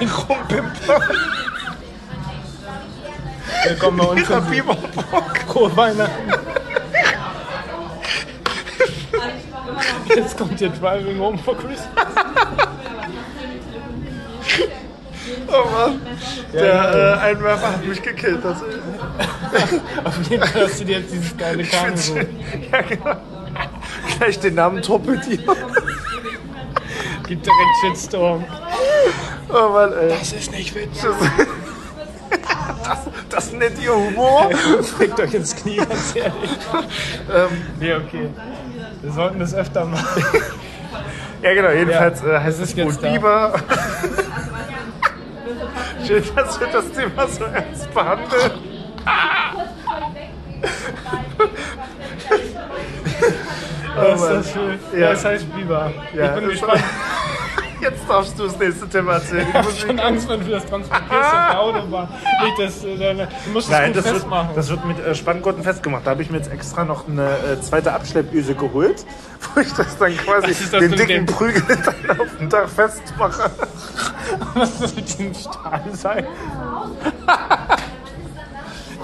rumpimpern,
willkommen bei uns
ihrer
zum
Biberbock.
Frohe Weihnachten. Jetzt kommt ihr Driving Home for Christmas.
Oh Mann, der äh, Einwerfer hat mich gekillt. Das ist
Auf jeden Fall hast du dir jetzt dieses geile Kanu so.
ja, genau. Gleich den Namen torpediert.
Gibt direkt Shitstorm.
Oh Mann, ey.
Das ist nicht witzig.
Das, das nennt ihr Humor?
Fickt euch ins Knie, ganz ehrlich. Ähm, nee, okay. Wir sollten das öfter machen.
Ja, genau, jedenfalls
Ja,
äh, heißt
das
es
ist jetzt
Brot
da.
Biber. Schön, dass wir das Thema so ernst behandeln.
Das ist das schön.
Ja.
Ja. Das heißt Biber.
Ja,
ich bin
das-
gespannt.
Jetzt darfst du das nächste Thema erzählen.
Ich hab schon Angst, wenn du das transportierst auf der Autobahn. Nicht, dass äh, du, deine, du musst es
Ah. Nein,
gut
das wird,
festmachen.
das wird mit äh, Spanngurten festgemacht. Da habe ich mir jetzt extra noch eine äh, zweite Abschleppüse geholt, wo ich das dann quasi
Was ist
den
das denn mit
dicken
dem-
Prügel dann auf dem Dach festmache.
Was soll mit diesem Stahl sein?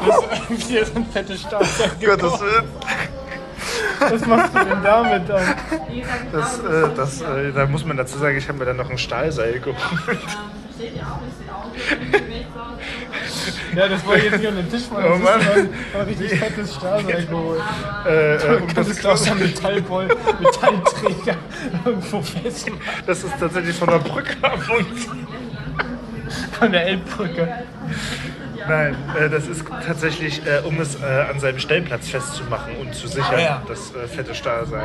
Das, hier ist ein fettes Stahlseil
Gottes
gekommen.
Willen.
Was machst du denn damit dann?
Das, äh, das, äh, da muss man dazu sagen, ich habe mir dann noch ein Stahlseil geholt.
Ja, das wollte ich jetzt nicht auf den Tisch machen.
Oh
Das
Mann.
ist ein, ein richtig fettes Stahlseil geholt.
Äh, äh, um
Das
das,
ist aus einem Metallboll, Metallträger irgendwo fest
das ist tatsächlich von der Brücke am Mund.
von der Elbbrücke.
Nein, äh, das ist tatsächlich, äh, um es äh, an seinem Stellplatz festzumachen und zu sichern,
Ah, ja.
das äh, fette Stahlseil.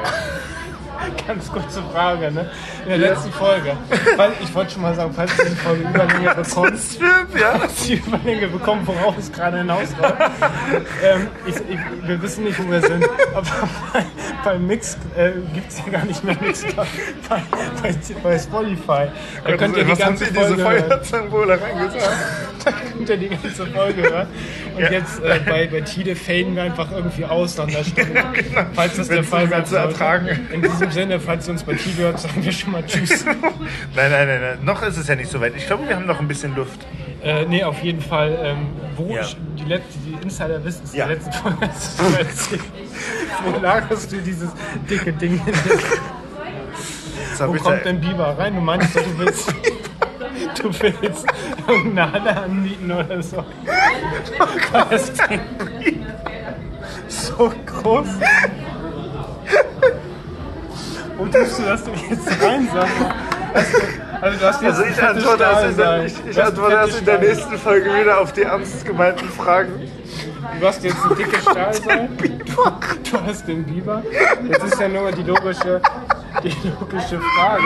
Ganz kurze Frage, ne? In der letzten Folge. Weil, ich wollte schon mal sagen, falls du diese Folge Überlänge bekommst,
Stimmt, ja.
die Überlänge bekommen, worauf es gerade hinausläuft. ähm, ich, ich, wir wissen nicht, wo wir sind. Aber bei, bei Mix äh, gibt es ja gar nicht mehr Mix. Bei, bei, bei Spotify. Da könnt ihr die
Was haben Sie
ganze
in
Folge
diese
hören.
Feuerzangenbowle reingetan?
Könnt ihr die ganze Folge hören. Und jetzt äh, bei, bei Tide faden wir einfach irgendwie aus nach einer Stunde.
genau.
Falls das der
Wenn's
Fall
nicht mehr
sein
zu
sollte.
ertragen.
In diesem Sinne, falls ihr uns bei Tide hört, sagen wir schon mal Tschüss.
Nein, nein, nein, nein, noch ist es ja nicht so weit. Ich glaube, wir haben noch ein bisschen Luft.
Äh, nee, auf jeden Fall. Ähm, wo
Ja.
ich, die, letzte, die Insider wissen es,
Ja.
die letzten Folge hast du erzählt. Wo lagerst du dieses dicke Ding hin?
Jetzt hab
Wo
ich
kommt
da-
denn Biber rein? Du meinst, doch, du willst, du willst irgendeine Halle anmieten oder so. Das Ding so groß. Wo tust du das denn jetzt rein, sag mal? Also, du hast jetzt
Also
ein
ich
fettes
antworte, erst in der,
Stahlseil.
ich,
Du hast
ich
ein
antworte
fettes
erst in der
Stahlseil.
nächsten Folge wieder auf die ernst gemeinten Fragen.
Du hast jetzt ein dickes Stahlseil. Du hast den Biber. Jetzt ist ja nur mal die logische, die logische Frage.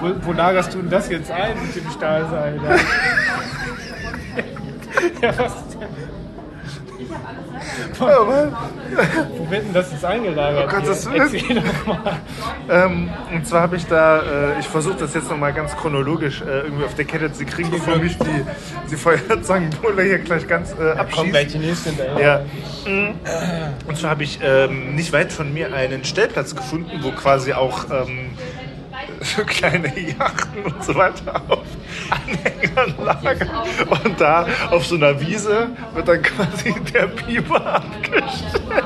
Wo, wo lagerst du denn das jetzt ein mit dem Stahlseil? Da? Ja, was denn?
Oh Mann.
Wo wird denn das jetzt eingelagert?
Oh Gottes
hier?
Willen.
Erzähl doch mal.
Ähm, und zwar habe ich da, äh, ich versuche das jetzt nochmal ganz chronologisch äh, irgendwie auf der Kette zu kriegen, bevor mich die, die Feuerzangenbowle hier gleich ganz äh,
Komm,
abschießt.
welche nächste da?
Ja. Und zwar habe ich ähm, nicht weit von mir einen Stellplatz gefunden, wo quasi auch ähm, so kleine Yachten und so weiter auf Anhängern lagen. Und da auf so einer Wiese wird dann quasi der Biber abgestellt.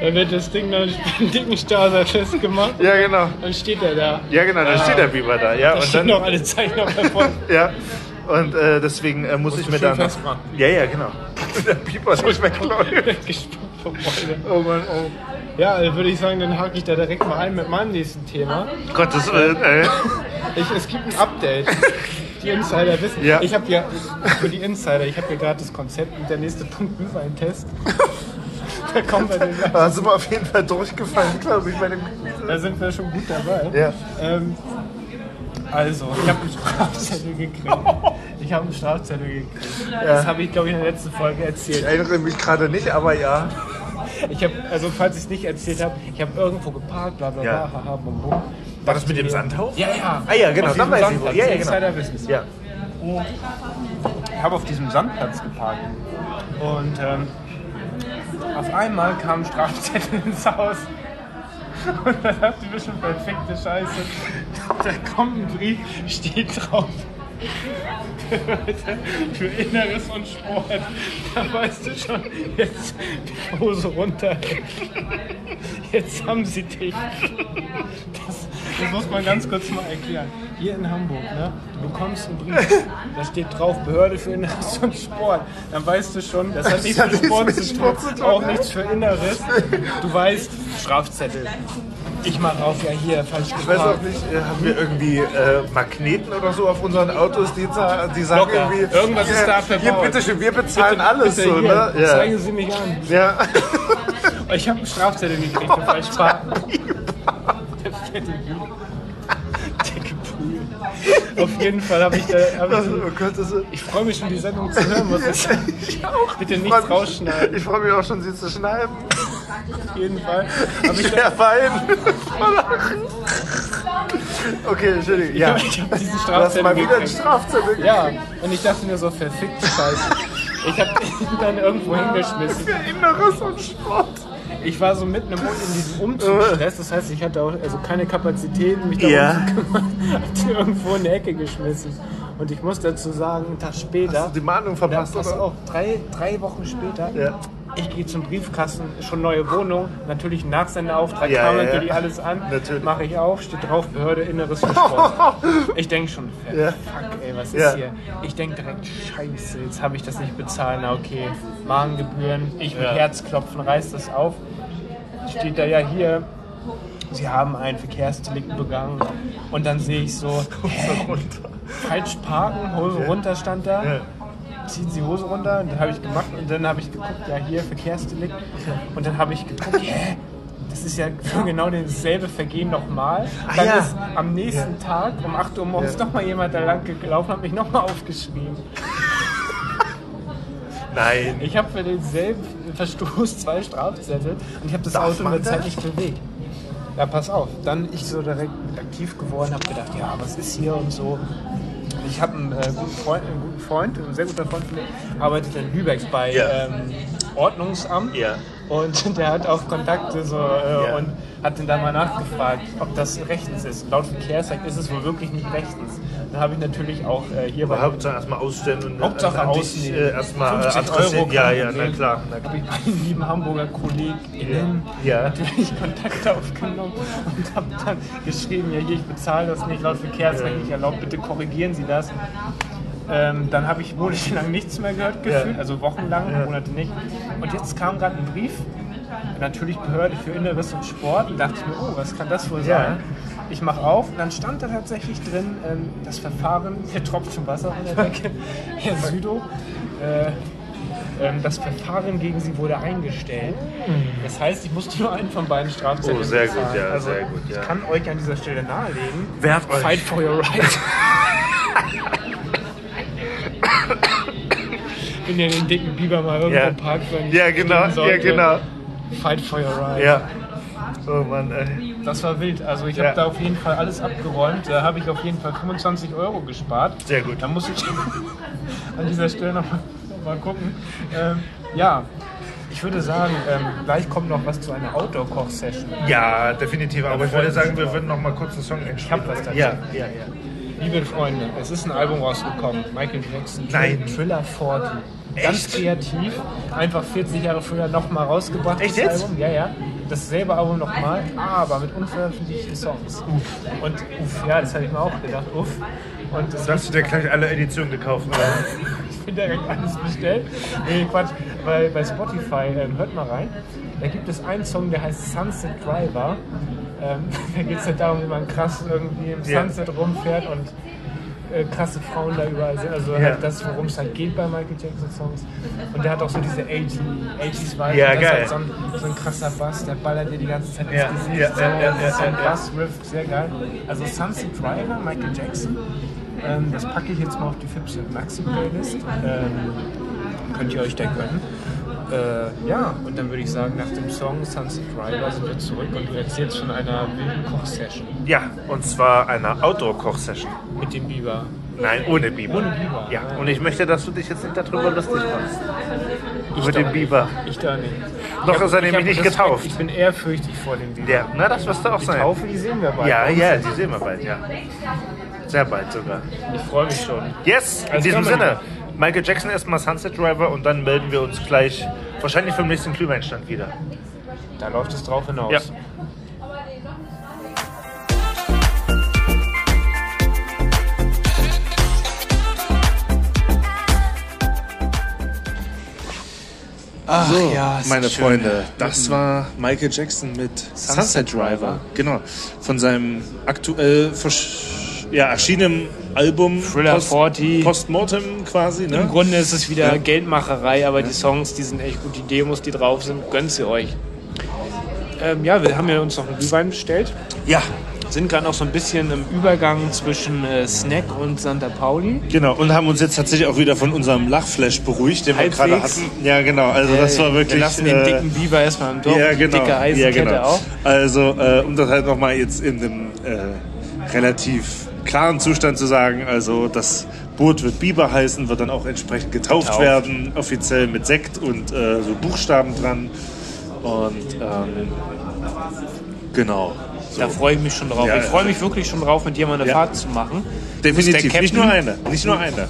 Da wird das Ding dann mit dem dicken Stahlseil festgemacht.
Ja, genau.
Dann steht er da.
Ja, genau, da
Ah.
steht der Biber da. Ja,
Da
und
stehen
dann,
noch alle Zeichen auf der Front.
Ja, und äh, deswegen äh, muss ich
du
mir da
schön
noch.
festmachen.
Ja, ja, genau. Der Pieper ist nicht wegläuft.
Gespannt vom Mäuler.
Oh Mann, oh.
Ja, dann würde ich sagen, dann hake ich da direkt mal ein mit meinem nächsten Thema.
Gottes Willen, ey.
Ich, es gibt ein Update. Die Insider wissen.
Ja.
Ich habe ja für die Insider, ich habe ja gerade das Konzept und der nächste Punkt Glühwein-Test. Da kommen wir den
Da sind wir auf jeden Fall durchgefallen, glaube ich, bei dem
Da sind wir schon gut dabei.
Ja.
Ähm, also, ich habe einen Strafzettel gekriegt. Ich habe einen Strafzettel gekriegt. Das habe ich, glaube ich, in der letzten Folge
Ich
erzählt.
erinnere mich gerade nicht, aber ja.
Ich habe, also falls ich es nicht erzählt habe, ich habe irgendwo geparkt, bla bla bla,
Ja.
haha, bum bum.
War das mit dem Sandhaufen?
Ja, ja.
Ah ja, genau,
Auf
dann
diesem
weiß ich wo.
Sandplatz,
Ja, ja,
Insider
genau.
Business.
Ja.
Ich habe auf diesem Sandplatz geparkt. Und ähm, auf einmal kam ein Strafzettel ins Haus. Und dann dachte ich mir schon, perfekte Scheiße. Da kommt ein Brief, steht drauf. Für Inneres und Sport. Da weißt du schon, jetzt die Hose runter. Jetzt haben sie dich. Das, das muss man ganz kurz mal erklären. Hier in Hamburg, ne? du bekommst einen Brief, da steht drauf Behörde für Inneres und Sport. Dann weißt du schon, das hat nichts
hat
mit
nichts
Sport
mit
zu tun,
Sport zu tun,
auch
ne?
nichts für Inneres. Du weißt, Strafzettel. Ich mach auf, ja hier, falsch
Ich weiß auch
geparkt.
nicht, äh, haben wir irgendwie äh, Magneten oder so auf unseren Autos, die, za- die sagen
Locker.
irgendwie.
Irgendwas ist
hier-
da verbaut.
Hier, bitteschön, wir bezahlen alles
Bitte
so,
hier, Zeigen
ne?
Sie mich an. Oh,
Ja. ja.
Ich habe einen Strafzettel gekriegt für falsch parken. Der fette Junge. Dicke Brühe. Auf jeden Fall habe ich da. Hab ich,
Das,
so-
oh Gott, das ist.
ich freue mich schon, die Sendung zu hören. Was ist
Ich auch.
Bitte
Ich
nichts
freu mich-
rausschneiden.
Ich freue mich auch schon, sie zu schneiden.
auf jeden Fall. Hab ich
Ich
da,
werde weinen. Vor Lachen. Okay, Entschuldigung. Ja.
ich habe diesen
Du hast
Strafzettel
mal wieder einen
gekriegt.
Strafzettel gekriegt.
Ja, und ich dachte mir so, verfickte Scheiße. Ich habe ihn dann irgendwo hingeschmissen.
Für Inneres und Sport.
Ich war so mitten im, in diesem Umzugsstress, das heißt, ich hatte auch also keine Kapazitäten, mich darum
Ja.
zu kümmern. Hab die irgendwo in die Ecke geschmissen. Und ich muss dazu sagen, einen Tag später.
Die Mahnung verpasst,
Ja, pass
oder?
auf, drei, drei Wochen später,
Ja.
ich gehe zum Briefkasten, schon neue Wohnung, natürlich Nachsendeauftrag,
Ja,
kam
ja,
natürlich
ja.
alles an,
Natürlich.
mache ich auf, steht drauf, Behörde, Inneres und Sport. ich denke schon,
Ja.
fuck ey, was ist
Ja.
hier? Ich denke direkt, scheiße, jetzt habe ich das nicht bezahlt, na okay, Magengebühren, ich mit Herzklopfen reiß das auf, steht da ja hier, sie haben einen Verkehrsdelikt begangen und dann sehe ich so,
Runter.
falsch parken, Hose runter stand da. Ziehen Sie die Hose runter und dann habe ich gemacht und dann habe ich geguckt, ja hier Verkehrsdelikt und dann habe ich geguckt, hä, das ist ja für genau dasselbe Vergehen nochmal. Dann
Ah, ja.
ist am nächsten Tag um 8 Uhr morgens noch nochmal jemand da lang gelaufen und hat mich nochmal aufgeschrieben.
Nein.
Ich habe für denselben Verstoß zwei Strafzettel und ich habe das
Darf
Auto in
man
der Zeit
das?
nicht bewegt. Ja, pass auf. Dann ich so direkt aktiv geworden, habe gedacht, ja, was ist hier und so. Ich habe einen, äh, guten Freund, einen guten Freund, ein sehr guter Freund von mir, arbeitet in Lübeck bei
Ja.
ähm, Ordnungsamt.
Ja.
Und der hat auch Kontakte so, äh, und hat dann da mal nachgefragt, ob das rechtens ist. Laut Verkehrsrecht ist es wohl wirklich nicht rechtens. Dann habe ich natürlich auch äh, hier bei
Hauptsache erstmal ausstellen und
Hauptsache
an dich,
ausnehmen.
äh, erstmal
15
adressieren.
Euro
Ja,
kann
ja,
man
na
nehmen.
klar. Na klar.
habe ich meinen lieben Hamburger KollegInnen
Ja.
natürlich Kontakt aufgenommen und habe dann geschrieben, ja hier, ich bezahle das nicht laut Verkehrsrecht nicht erlaubt, bitte korrigieren Sie das. Ähm, dann habe ich monatelang nichts mehr gehört gefühlt, also wochenlang, Monate nicht. Und jetzt kam gerade ein Brief, natürlich Behörde für Inneres und Sport, und dachte ich mir, oh, was kann das wohl sein? Ich mache auf und dann stand da tatsächlich drin, ähm, das Verfahren, hier tropft schon Wasser an der Decke, Herr Südo, äh, ähm, das Verfahren gegen sie wurde eingestellt. Das heißt, ich musste nur einen von beiden Strafzetteln
Oh, sehr gut,
bezahlen.
ja,
also,
sehr gut, ja.
Ich kann euch an dieser Stelle nahelegen,
Wehrt euch.
fight for your right. Wenn ihr den dicken Biber mal irgendwo
Ja.
parkt, wenn
Ja, genau, ja, genau.
Fight for your right.
Ja. Oh Mann, ey.
Das war wild. Also ich
Ja.
habe da auf jeden Fall alles abgeräumt. Da habe ich auf jeden Fall 25 Euro gespart.
Sehr gut.
Da muss ich an dieser Stelle nochmal noch mal gucken. Ähm, ja, ich würde sagen, ähm, gleich kommt noch was zu einer Outdoor-Koch-Session.
Ja, definitiv. Aber ich
freut
würde
mich
sagen, wir würden noch mal kurz einen Song einspielen.
hab was dazu.
Ja, ja, ja.
Liebe Freunde, es ist ein Album rausgekommen. Michael Jackson,
Nein.
Thriller 40. Ganz
Echt?
kreativ. Einfach 40 Jahre früher nochmal rausgebracht.
Echt
das
jetzt?
Album. Ja, ja. Dasselbe Album nochmal, aber mit unveröffentlichten Songs. Uff. Und uff, ja, das habe ich mir auch gedacht. Uff. Und das
Hast du dir gleich alle Editionen gekauft? Oder?
bin direkt alles bestellt. Nee, Quatsch. Bei, bei Spotify, ähm, hört mal rein, da gibt es einen Song, der heißt Sunset Driver. Ähm, da geht es halt darum, wie man krass irgendwie im
Ja.
Sunset rumfährt und
äh, krasse Frauen da überall sind. Also
Ja.
halt das, worum es halt geht bei Michael Jackson Songs. Und der hat auch so diese 80 80s Vibe.
Ja,
Und das ist
geil.
Halt so, ein, so ein krasser Bass, der ballert dir die ganze Zeit
Ja,
ins Gesicht.
ja,
so,
ja, ja, ja,
so
ja,
ein
ja.
Bass-Riff, sehr geil. Also Sunset Driver, Michael Jackson. Ähm, das packe ich jetzt mal auf die Fips und Maxi Playlist. Ähm, könnt ihr euch da gönnen. Äh, ja, und dann würde ich sagen, nach dem Song Sunset Driver sind wir zurück und jetzt jetzt von einer wilden Kochsession
Ja, und zwar einer Outdoor-Koch-Session.
mit dem Biber.
Nein, ohne Biber.
Ohne Biber.
Ja, und ich möchte, dass du dich jetzt nicht darüber lustig machst.
Ich
Über
da
den
nicht.
Biber.
Ich da nicht.
Noch
Ich hab-
ist er
ich
nämlich
hab
nicht
Respekt.
getauft.
Ich bin ehrfürchtig vor dem Biber.
Ja, na, das wirst du auch
Die
sein.
Taufe, die sehen wir bald.
Ja, ja, die sehen wir bald, ja. Sehr bald sogar.
Ich freue mich schon.
Yes, in
Also
diesem
kann man-
Sinne. Michael Jackson erstmal Sunset Driver und dann melden wir uns gleich wahrscheinlich vom nächsten Glühweinstand wieder.
Da läuft es drauf hinaus.
Ja.
Ach ja, ist
meine
schön.
Freunde, das war Michael Jackson mit Sunset, Driver. Genau, von seinem aktuell versch- ja, erschienenen Album
Thriller 40.
Postmortem quasi. Ne?
Im Grunde ist es wieder
Ja.
Geldmacherei, aber die Songs, die sind echt gut. Die Demos, die drauf sind, gönnt sie euch. Ähm, ja, wir haben ja uns noch einen Glühwein bestellt.
Ja,
Sind gerade noch so ein bisschen im Übergang zwischen äh, Snack und Santa Pauli.
genau. Und haben uns jetzt tatsächlich auch wieder von unserem Lachflash beruhigt, den wir gerade
Halbwegs.
hatten. Ja, genau. Also das war wirklich.
Wir lassen den
äh,
dicken Biber erstmal im Dorf.
ja,
die
genau.
Dicke
ja,
Eisenkette
genau.
auch.
Also, äh, um das halt nochmal jetzt in einem äh, relativ klaren Zustand zu sagen, also das Boot wird Biber heißen, wird dann auch entsprechend getauft,
Getauft.
werden, offiziell mit Sekt und äh, so Buchstaben dran. Und ähm, genau. So.
Da freue ich mich schon drauf.
Ja,
ich
ja.
freue mich wirklich schon drauf, mit dir mal eine
Ja.
Fahrt zu machen. Muss der
Definitiv,
Captain-
nicht nur eine. Nicht nur eine.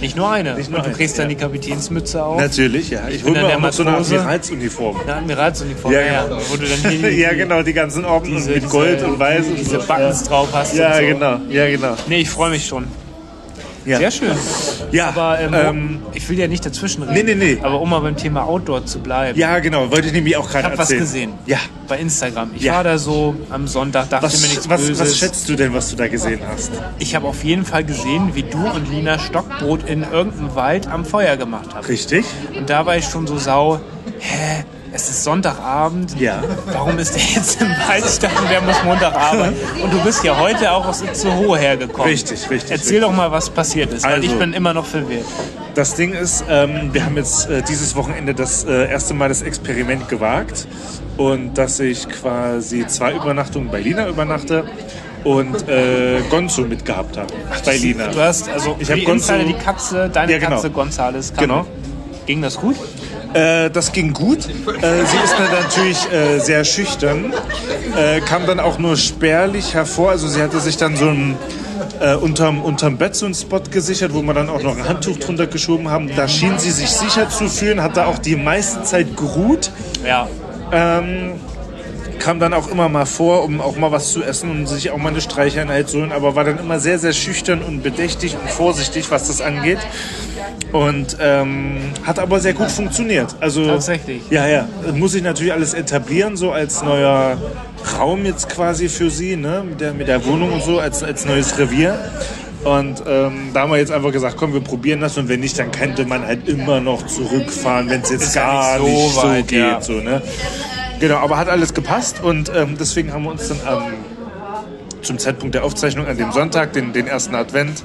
Nicht nur eine.
Nicht nur
und du
eine,
kriegst dann
ja.
die Kapitänsmütze auf.
Natürlich, ja. Ich hole
bin
mir
dann
auch
der
noch so eine
Matrose.
Admiralsuniform.
Eine Admiralsuniform,
Ja,
ja,
genau.
wo du dann hier die-
ja, genau, die ganzen Orden
diese-
mit
diese-
Gold und Weiß und
diese
so.
Buttons drauf hast.
Ja,
und so.
genau, ja, genau.
Nee, ich freue mich schon.
Ja.
Sehr schön.
Ja,
Aber ähm,
ähm,
ich will ja nicht dazwischen reden.
Nee, nee, nee.
Aber um mal beim Thema Outdoor zu bleiben.
ja, genau, wollte ich nämlich auch
Ich
gerade
habe was
erzählen.
gesehen.
Ja.
Bei Instagram. Ich
Ja.
war da so am Sonntag, dachte mir nichts
Was, was,
Böses.
was schätzt du denn, was du da gesehen hast?
ich habe auf jeden Fall gesehen, wie du und Lina Stockbrot in irgendeinem Wald am Feuer gemacht habt.
Richtig?
Und da war ich schon so sau, hä, es ist Sonntagabend.
Ja.
Warum ist der jetzt im Waldstand und der muss Montag arbeiten? Und du bist ja heute auch aus Itzehoe hergekommen.
Richtig, richtig,
Erzähl
richtig.
doch mal, was passiert ist, weil
Also.
ich bin immer noch verwirrt.
Das Ding ist, ähm, wir haben jetzt äh, dieses Wochenende das äh, erste Mal das Experiment gewagt und dass ich quasi zwei Übernachtungen bei Lina übernachte und äh, Gonzo mitgehabt habe bei Lina.
Du hast also
Ich hab
die
Gonzo-
Insider, die Katze, deine
Ja, genau.
Katze Gonzales. kam
Genau.
mit. Ging das gut?
Äh, das ging gut. Äh, sie ist dann natürlich äh, sehr schüchtern, äh, kam dann auch nur spärlich hervor. Also sie hatte sich dann so ein äh, unterm, unterm Bett so einen Spot gesichert, wo man dann auch noch ein Handtuch drunter geschoben haben. Da schien sie sich sicher zu fühlen, hat da auch die meiste Zeit geruht
Ja.
ähm, kam dann auch immer mal vor, um auch mal was zu essen, um sich auch mal eine Streicheinheit zu holen, aber war dann immer sehr, sehr schüchtern und bedächtig und vorsichtig, was das angeht. Und ähm, hat aber sehr gut funktioniert. Also,
Tatsächlich?
Ja, ja. Muss ich natürlich alles etablieren, so als neuer Raum jetzt quasi für sie, ne? mit, der, mit der Wohnung und so, als, als neues Revier. Und ähm, da haben wir jetzt einfach gesagt, komm, wir probieren das und wenn nicht, dann könnte man halt immer noch zurückfahren, wenn es jetzt
ja
gar
nicht so
nicht so
weit,
geht.
ja.
So, ne? Genau, aber hat alles gepasst und ähm, deswegen haben wir uns dann am, zum Zeitpunkt der Aufzeichnung an dem Sonntag, den, den ersten Advent,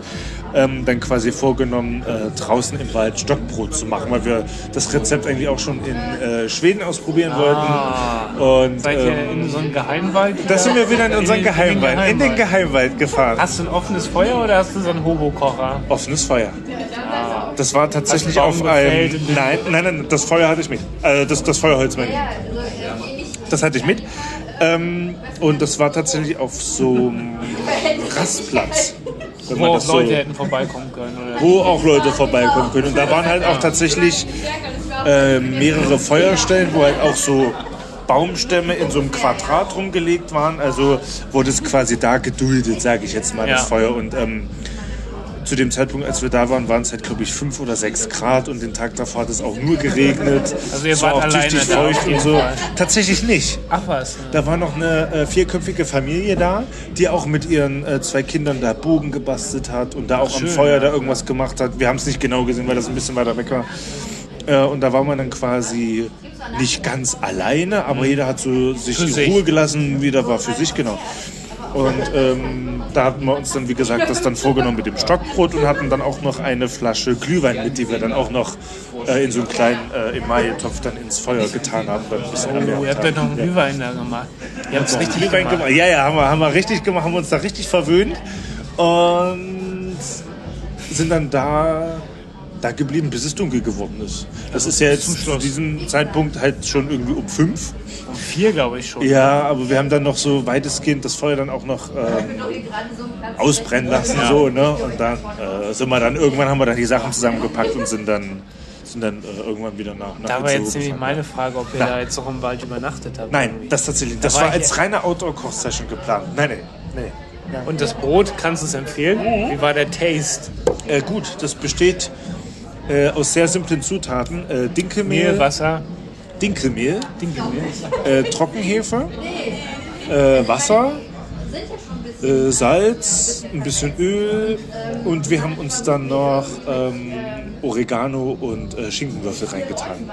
ähm, dann quasi vorgenommen, äh, draußen im Wald Stockbrot zu machen, weil wir das Rezept eigentlich auch schon in äh, Schweden ausprobieren wollten. Und
Ah. Seid ihr
ähm,
in so einem Geheimwald?
da sind wir wieder in unseren
den- den
Geheimwald, in den Geheimwald gefahren.
Hast du ein offenes Feuer oder hast du so einen Hobokocher?
Offenes Feuer. Das war tatsächlich
Hast
auf
du Baum gefällt
einem.
und den-
Nein, nein, nein, das Feuer hatte ich mit. Äh, das, das Feuerholz meine ich. Das hatte ich mit. Ähm, und das war tatsächlich auf so einem Rastplatz. Wenn
Wo
man
auch
das so,
Leute hätten vorbeikommen können? Oder?
wo auch Leute vorbeikommen können. Und da waren halt auch tatsächlich äh, mehrere Feuerstellen, wo halt auch so Baumstämme in so einem Quadrat rumgelegt waren. Also wurde es quasi da geduldet, sage ich jetzt mal,
Ja.
das Feuer. Und ähm, Zu dem Zeitpunkt, als wir da waren, waren es halt, glaube ich, fünf oder sechs Grad und den Tag davor hat es auch nur geregnet.
Also ihr
Es war
wart
auch tüchtig
alleine da auf
feucht
jeden
und so.
Fall.
Tatsächlich nicht.
Ach was.
Da war noch eine äh, vierköpfige Familie da, die auch mit ihren äh, zwei Kindern da Bogen gebastelt hat und da auch am Feuer da irgendwas gemacht hat. Wir haben es nicht genau gesehen, weil das ein bisschen weiter weg war. Äh, und da war man dann quasi nicht ganz alleine, aber jeder hat so sich in
Mhm. sich.
Ruhe gelassen, jeder war für sich, genau. Und ähm, da hatten wir uns dann, wie gesagt, das dann vorgenommen mit dem Stockbrot und hatten dann auch noch eine Flasche Glühwein mit, die wir dann auch noch äh, in so einem kleinen äh, Emailtopf dann ins Feuer getan haben. Dann ein bisschen
Oh,
erwärmt
ihr habt ja noch
haben.
einen
Ja.
Glühwein da gemacht. Ihr habt es richtig
Glühwein
gemacht.
gemacht. Ja, ja, haben wir, haben wir richtig gemacht, haben uns da richtig verwöhnt und sind dann da, da geblieben, bis es dunkel geworden ist. Das
Also
ist ja jetzt zu diesem Zeitpunkt halt schon irgendwie um fünf.
Vier, glaube ich, schon.
Ja, aber wir haben dann noch so weitestgehend das Feuer dann auch noch ähm, ausbrennen lassen, so, ne? Und dann äh, sind wir dann, irgendwann haben wir dann die Sachen zusammengepackt und sind dann, sind dann äh, irgendwann wieder nach, nach
Da war
Itzehoe
jetzt nämlich
gefahren.
meine Frage, ob ihr
Na.
da jetzt noch im Wald übernachtet habt.
Nein,
irgendwie.
das tatsächlich, das
war
war
ich-
als reine Outdoor-Koch-Session geplant. Nein, nein, nein.
Und das Brot, kannst du es empfehlen? Wie war der Taste?
Äh, gut, das besteht äh, aus sehr simplen Zutaten. Äh, Dinkelmehl,
Mehl, Wasser,
Dinkelmehl, Äh, Trockenhefe, äh, Wasser, äh, Salz, ein bisschen Öl und wir haben uns dann noch ähm, Oregano und äh, Schinkenwürfel reingetan.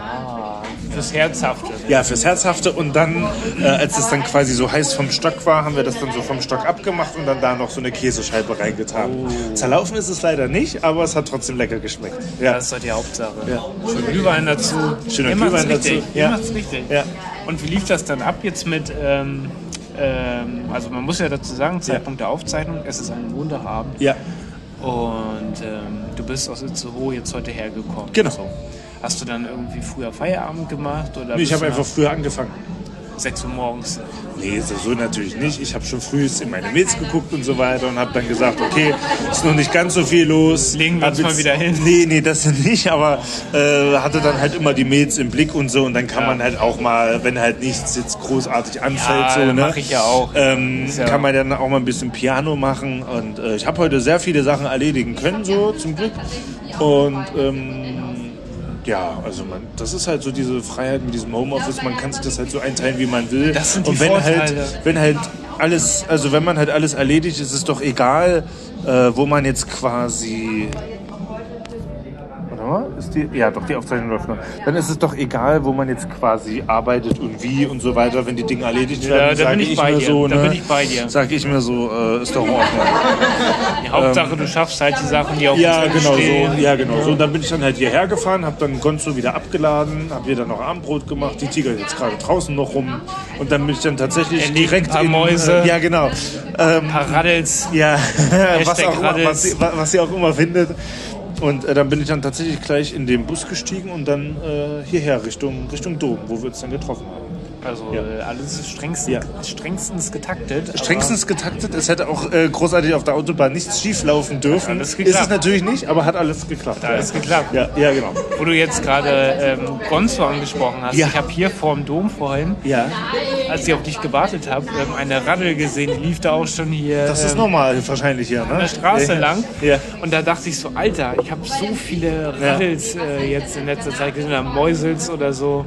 fürs Herzhafte.
Ja, fürs Herzhafte und dann, äh, als es dann quasi so heiß vom Stock war, haben wir das dann so vom Stock abgemacht und dann da noch so eine Käsescheibe reingetan. Zerlaufen ist es leider nicht, aber es hat trotzdem lecker geschmeckt. Ja,
Das ist doch die Hauptsache.
Ja.
Schön Glühwein dazu.
Schöner
Ihr macht's
Glühwein dazu.
richtig. Ihr
Ja.
macht's richtig.
Ja.
Und wie lief das dann ab jetzt mit, ähm, ähm, also man muss ja dazu sagen, Zeitpunkt der Aufzeichnung, es ist ein Montagabend
ja.
und ähm, du bist aus Itzehoe jetzt heute hergekommen.
Genau.
So. Hast du dann irgendwie früher Feierabend gemacht? Oder
Ich
bist
habe
du
einfach
nach
früher angefangen.
6 Uhr morgens.
Nee, so so natürlich nicht. Ich habe schon früh in meine Mails geguckt und so weiter und habe dann gesagt, okay, ist noch nicht ganz so viel los.
Legen wir
Hab
uns mal
jetzt-
wieder hin.
Nee, nee, das nicht, aber äh, hatte dann halt immer die Mails im Blick und so und dann kann man halt auch mal, wenn halt nichts jetzt großartig anfällt,
Ja,
so, ne?
Ah, mach ich ja auch.
Ähm,
Ist ja-
Kann man dann auch mal ein bisschen Piano machen und äh, ich habe heute sehr viele Sachen erledigen können, so zum Glück. Und ähm, ja, also man, das ist halt so diese Freiheit mit diesem Homeoffice. Man kann sich das halt so einteilen, wie man will.
Das sind die
und wenn
Vorteile.
halt, wenn halt alles, also wenn man halt alles erledigt, ist es doch egal, äh, wo man jetzt quasi. Warte mal, Ne? ist die, ja doch, die Aufzeichnung läuft noch. Dann ist es doch egal, wo man jetzt quasi arbeitet und wie und so weiter, wenn die Dinge erledigt werden.
da bin
sage
ich bei
mir
dir,
So,
da
ne,
bin ich bei dir.
Sage ich mir so, äh, ist doch in Ordnung.
Die Hauptsache, du schaffst halt die Sachen, die auf
ähm, Ja,
dem Zettel
genau
stehen.
so. Ja, genau so. Und dann bin ich dann halt hierher gefahren, habe dann Gonzo wieder abgeladen, habe hier dann noch Abendbrot gemacht. Die Tiger jetzt gerade draußen noch rum. Und dann bin ich dann tatsächlich
Erlegt ein
direkt
paar
in,
Mäuse.
Äh, ja, genau. Ähm,
Paradels.
ja, was, auch immer,
Raddels.
was, sie- wa- was ihr auch immer findet. Und äh, dann bin ich dann tatsächlich gleich in den Bus gestiegen und dann äh, hierher Richtung, Richtung Dom, wo wir uns dann getroffen haben.
Also
Ja.
äh, alles strengstens,
Ja.
strengstens getaktet.
Strengstens getaktet, es hätte auch äh, großartig auf der Autobahn nichts schief laufen dürfen.
alles
Ist es
geklappt.
natürlich nicht, aber hat alles geklappt.
Hat alles geklappt.
Ja, ja genau.
Aber Wo du jetzt gerade ähm, Gonzo angesprochen hast.
Ja.
Ich habe hier vor dem Dom vorhin,
Ja.
als ich auf dich gewartet habe, ähm, eine Raddel gesehen. Die lief da auch schon hier
Das ist
ähm,
normal wahrscheinlich hier, ne?
an der Straße lang.
Ja.
Und da dachte ich so, Alter, ich habe so viele
Ja.
Raddels äh, jetzt in letzter Zeit gesehen, oder Mäusels oder so.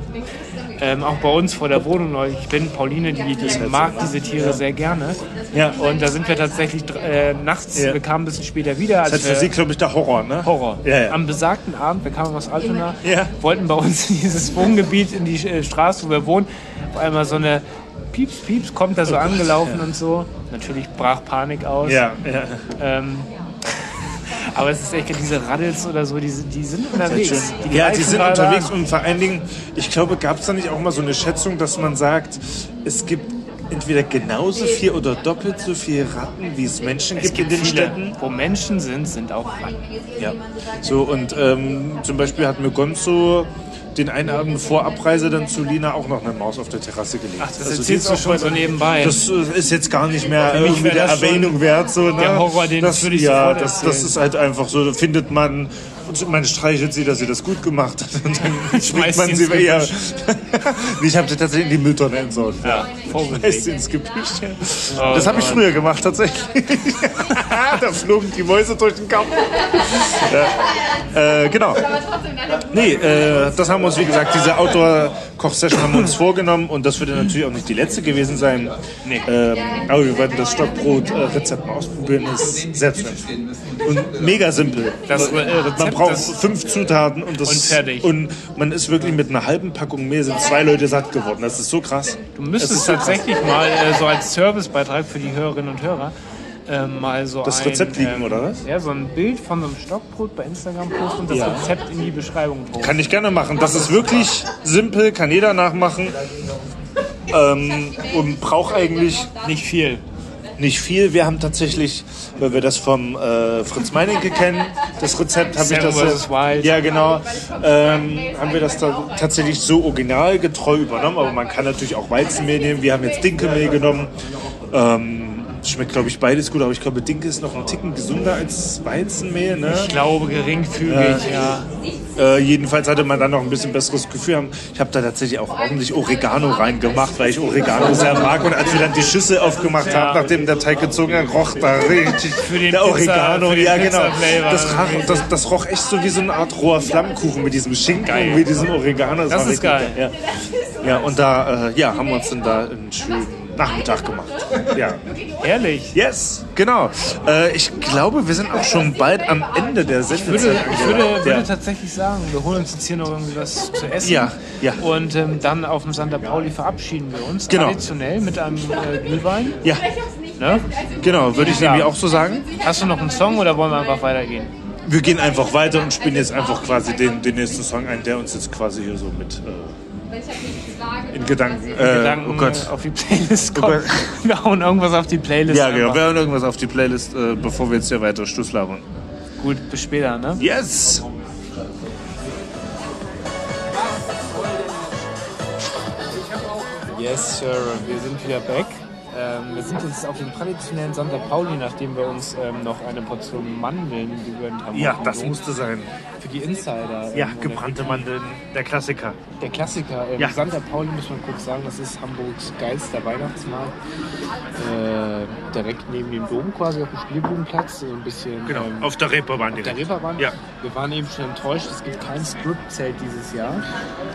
Ähm, auch bei uns vor der Wohnung neulich. Ich bin Pauline, die, die mag diese Tiere sehr gerne.
Ja.
Und da sind wir tatsächlich dr- äh, nachts,
Ja.
wir kamen ein bisschen später wieder.
Das
als
hat für
wir-
sie, glaube ich, der Horror, ne?
äh, Horror.
Ja, ja.
Am besagten Abend, wir kamen aus Altona,
Ja.
wollten bei uns in dieses Wohngebiet, in die äh, Straße, wo wir wohnen, auf einmal so eine Pieps, Pieps kommt da so angelaufen und so. Natürlich brach Panik aus.
Oh Ja, ja.
Ähm, aber es ist echt diese Raddels oder so, die, sind- die sind unterwegs.
ja,
greifen
die sind
gerade
unterwegs
an.
und vor allen Dingen, ich glaube, gab es da nicht auch mal so eine Schätzung, dass man sagt, es gibt entweder genauso viel oder doppelt so viele Ratten, wie es Menschen
Es
gibt,
gibt
in den
viele,
Städten?
wo Menschen sind, sind auch Ratten.
Ja. So, und ähm, zum Beispiel hat mir Gonzo den einen Abend vor Abreise dann zu Lina auch noch eine Maus auf der Terrasse gelegt.
Ach, das
die
erzählst
ist
du
auch
schon
bei-
so nebenbei.
Das äh, ist jetzt gar nicht mehr
mich
irgendwie
wär
der
das schon
Erwähnung wert. So, ne?
der Horror, den
das,
würde ich
Ja,
sofort
das, das
erzählen.
ist halt einfach so, da findet man und man streichelt sie, dass sie das gut gemacht hat. Und dann schmeißt man
sie
sie
ins
weg. Ja. ich habe sie tatsächlich in die Mülltonne entsorgt.
Ja,
Schmeißt sie ins Gebüsch. Ja. das habe ich früher gemacht, tatsächlich. da flogen die Mäuse durch den Kampf. ja. äh, genau. Nee, äh, das haben wir uns, wie gesagt, diese Outdoor-Koch-Session haben wir uns vorgenommen und das würde natürlich auch nicht die letzte gewesen sein. Nee. Ähm, aber wir werden das Stockbrot-Rezept mal ausprobieren. Das ist selbstverständlich. Und mega simpel.
Das, äh,
man
Rezept,
braucht
das-
fünf Zutaten und, das,
Und fertig.
Und man ist wirklich mit einer halben Packung Mehl sind zwei Leute satt geworden. Das ist so krass.
Du müsstest tatsächlich mal äh, so als Servicebeitrag für die Hörerinnen und Hörer äh, mal so
Das
ein, ähm,
Rezept liegen, oder was?
Ja, so ein Bild von so einem Stockbrot bei Instagram posten und das
Ja.
Rezept in die Beschreibung posten.
Kann ich gerne machen. Das ist wirklich simpel, kann jeder nachmachen. Ähm, und braucht eigentlich
nicht viel.
nicht viel. Wir haben tatsächlich, weil wir das vom äh, Fritz Meinecke kennen, das Rezept habe ich
Seven
das
vs. Wild.
ja genau, ähm, haben wir das da tatsächlich so originalgetreu übernommen. Aber man kann natürlich auch Weizenmehl nehmen. Wir haben jetzt Dinkelmehl genommen. Ähm, schmeckt glaube ich beides gut, aber ich glaube Dinkel ist noch einen Ticken gesünder als Weizenmehl. Ne?
Ich glaube geringfügig, ja.
Äh, jedenfalls hatte man dann noch ein bisschen besseres Gefühl. Haben- Ich habe da tatsächlich auch ordentlich Oregano reingemacht, weil ich Oregano sehr mag. Und als wir dann die Schüssel aufgemacht haben, nachdem der Teig gezogen hat, roch da richtig für
den
der
Pizza-
Oregano.
für den
ja, genau.
Pizza-Flavor.
Das, roch, das, das roch echt so wie so eine Art roher Flammkuchen mit diesem Schinken
Geil.
und mit diesem Oregano.
Das
war
ist
richtig- Ja. ja, und da äh, ja, haben wir uns dann da einen schönen Nachmittag gemacht. Ja.
Ehrlich.
Yes, genau. Äh, ich glaube, wir sind auch schon bald am Ende der
Ich
Sendezeit.
würde, ich würde,
Ja.
würde tatsächlich sagen, wir holen uns jetzt hier noch irgendwie was zu essen.
Ja, ja.
Und ähm, dann auf dem Santa Pauli verabschieden wir uns.
Genau.
Traditionell mit einem äh, Glühwein.
ja.
Ne?
Genau, würde ich nämlich auch so sagen.
Hast du noch einen Song oder wollen wir einfach weitergehen?
Wir gehen einfach weiter und spielen jetzt einfach quasi den, den nächsten Song ein, der uns jetzt quasi hier so mit äh, in Gedanken. Äh,
Gedanken
oh Gott. Oh
auf die Playlist kommen. Wir hauen irgendwas auf die Playlist.
Ja, genau.
einfach.
Wir hören irgendwas auf die Playlist, äh, bevor wir jetzt hier weiter Schluss labern.
Gut, bis später, ne?
Yes!
Yes, Sir, wir sind wieder back. Ähm, wir sind jetzt auf dem traditionellen Santa Pauli, nachdem wir uns ähm, noch eine Portion Mandeln gegönnt haben.
Ja, das musste sein.
Für die Insider. ähm,
Ja,
oder
gebrannte Mandeln, der Klassiker.
Der Klassiker. Ähm,
Ja.
Santa Pauli, muss man kurz sagen, das ist Hamburgs geilster Weihnachtsmarkt. Äh, direkt neben dem Dom quasi auf dem Spielbodenplatz. So ein bisschen
Genau,
ähm,
auf der Reeperbahn
der
direkt.
Reeperbahn.
Ja.
Wir waren eben schon enttäuscht, es gibt kein Strip-Zelt dieses Jahr.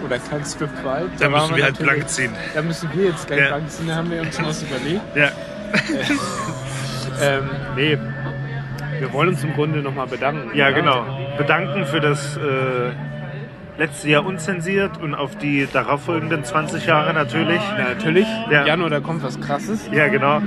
Oder kein Strip-Vibe.
Da
waren
müssen wir halt
natürlich-
blank ziehen.
Da müssen wir jetzt gleich
Ja.
blank ziehen, da haben wir uns schon was überlegt. Äh,
Ja.
Ähm, nee, wir wollen uns im Grunde nochmal bedanken.
Ja, genau. Bedanken für das äh, letzte Jahr unzensiert und auf die darauffolgenden 20 Jahre natürlich.
Natürlich,
Ja.
Januar, da kommt was Krasses.
Ja, genau.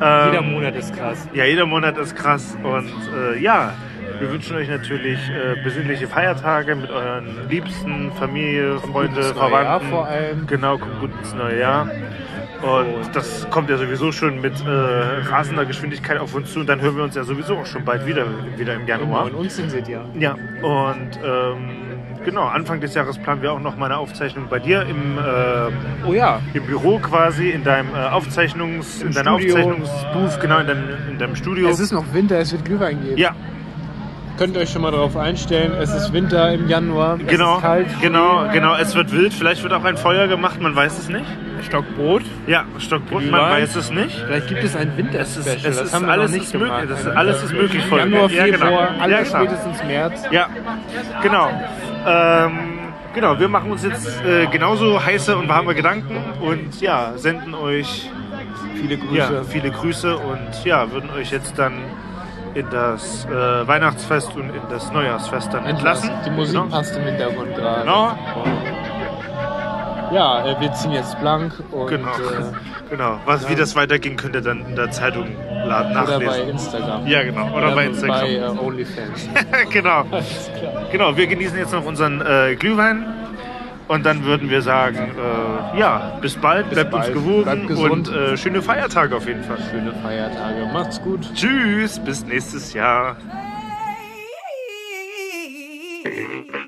Jeder
Ähm,
Monat ist krass.
Ja, jeder Monat ist krass und äh, ja, wir wünschen euch natürlich äh, besinnliche Feiertage mit euren Liebsten, Familie, Freunde,
ins neue Jahr
Verwandten.
vor allem.
Genau, kommt gut ins neue Jahr. Und das kommt ja sowieso schon mit äh, rasender Geschwindigkeit auf uns zu und dann hören wir uns ja sowieso auch schon bald wieder, wieder im Januar.
Und uns sind sie ja.
Ja, und ähm, genau, Anfang des Jahres planen wir auch noch mal eine Aufzeichnung bei dir im ähm,
Oh ja,
im Büro quasi, in deinem äh, Aufzeichnungs, in deiner
Studio.
Aufzeichnungsbooth, genau, in deinem, in deinem Studio.
es ist noch Winter, es wird Glühwein geben.
ja,
Könnt euch schon mal darauf einstellen, es ist Winter im Januar, es
genau,
ist kalt.
genau, genau. Es wird wild. Vielleicht wird auch ein Feuer gemacht. Man weiß es nicht.
Stockbrot.
Ja, Stockbrot. Man
Glühwein.
weiß es nicht.
Vielleicht gibt es ein Winter
Es ist, es ist alles ist möglich. Das ist alles ist möglich. Folge.
Januar,
Ja, genau.
Februar,
ja,
alles
genau.
spätestens März.
Ja, genau. Ähm, genau, wir machen uns jetzt äh, genauso heiße und warme Gedanken und ja, senden euch
Viele Grüße.
Ja, viele Grüße und ja, würden euch jetzt dann in das äh, Weihnachtsfest und in das Neujahrsfest dann entlassen.
Die Musik
Genau.
passt im Hintergrund gerade.
Genau,
Ja, äh, wir ziehen jetzt blank und
genau.
äh,
genau. Was, wie das weiterging, könnt ihr dann in der Zeitung laden,
oder bei
nachlesen.
Instagram.
Ja, genau. Oder bei Instagram.
Bei äh, OnlyFans.
genau. genau, wir genießen jetzt noch unseren äh, Glühwein. Und dann würden wir sagen, äh, ja, bis bald, bleibt
bald,
uns gewogen
bleibt gesund.
und äh, schöne Feiertage auf jeden Fall.
Schöne Feiertage. Macht's gut.
Tschüss, bis nächstes Jahr.
Hey.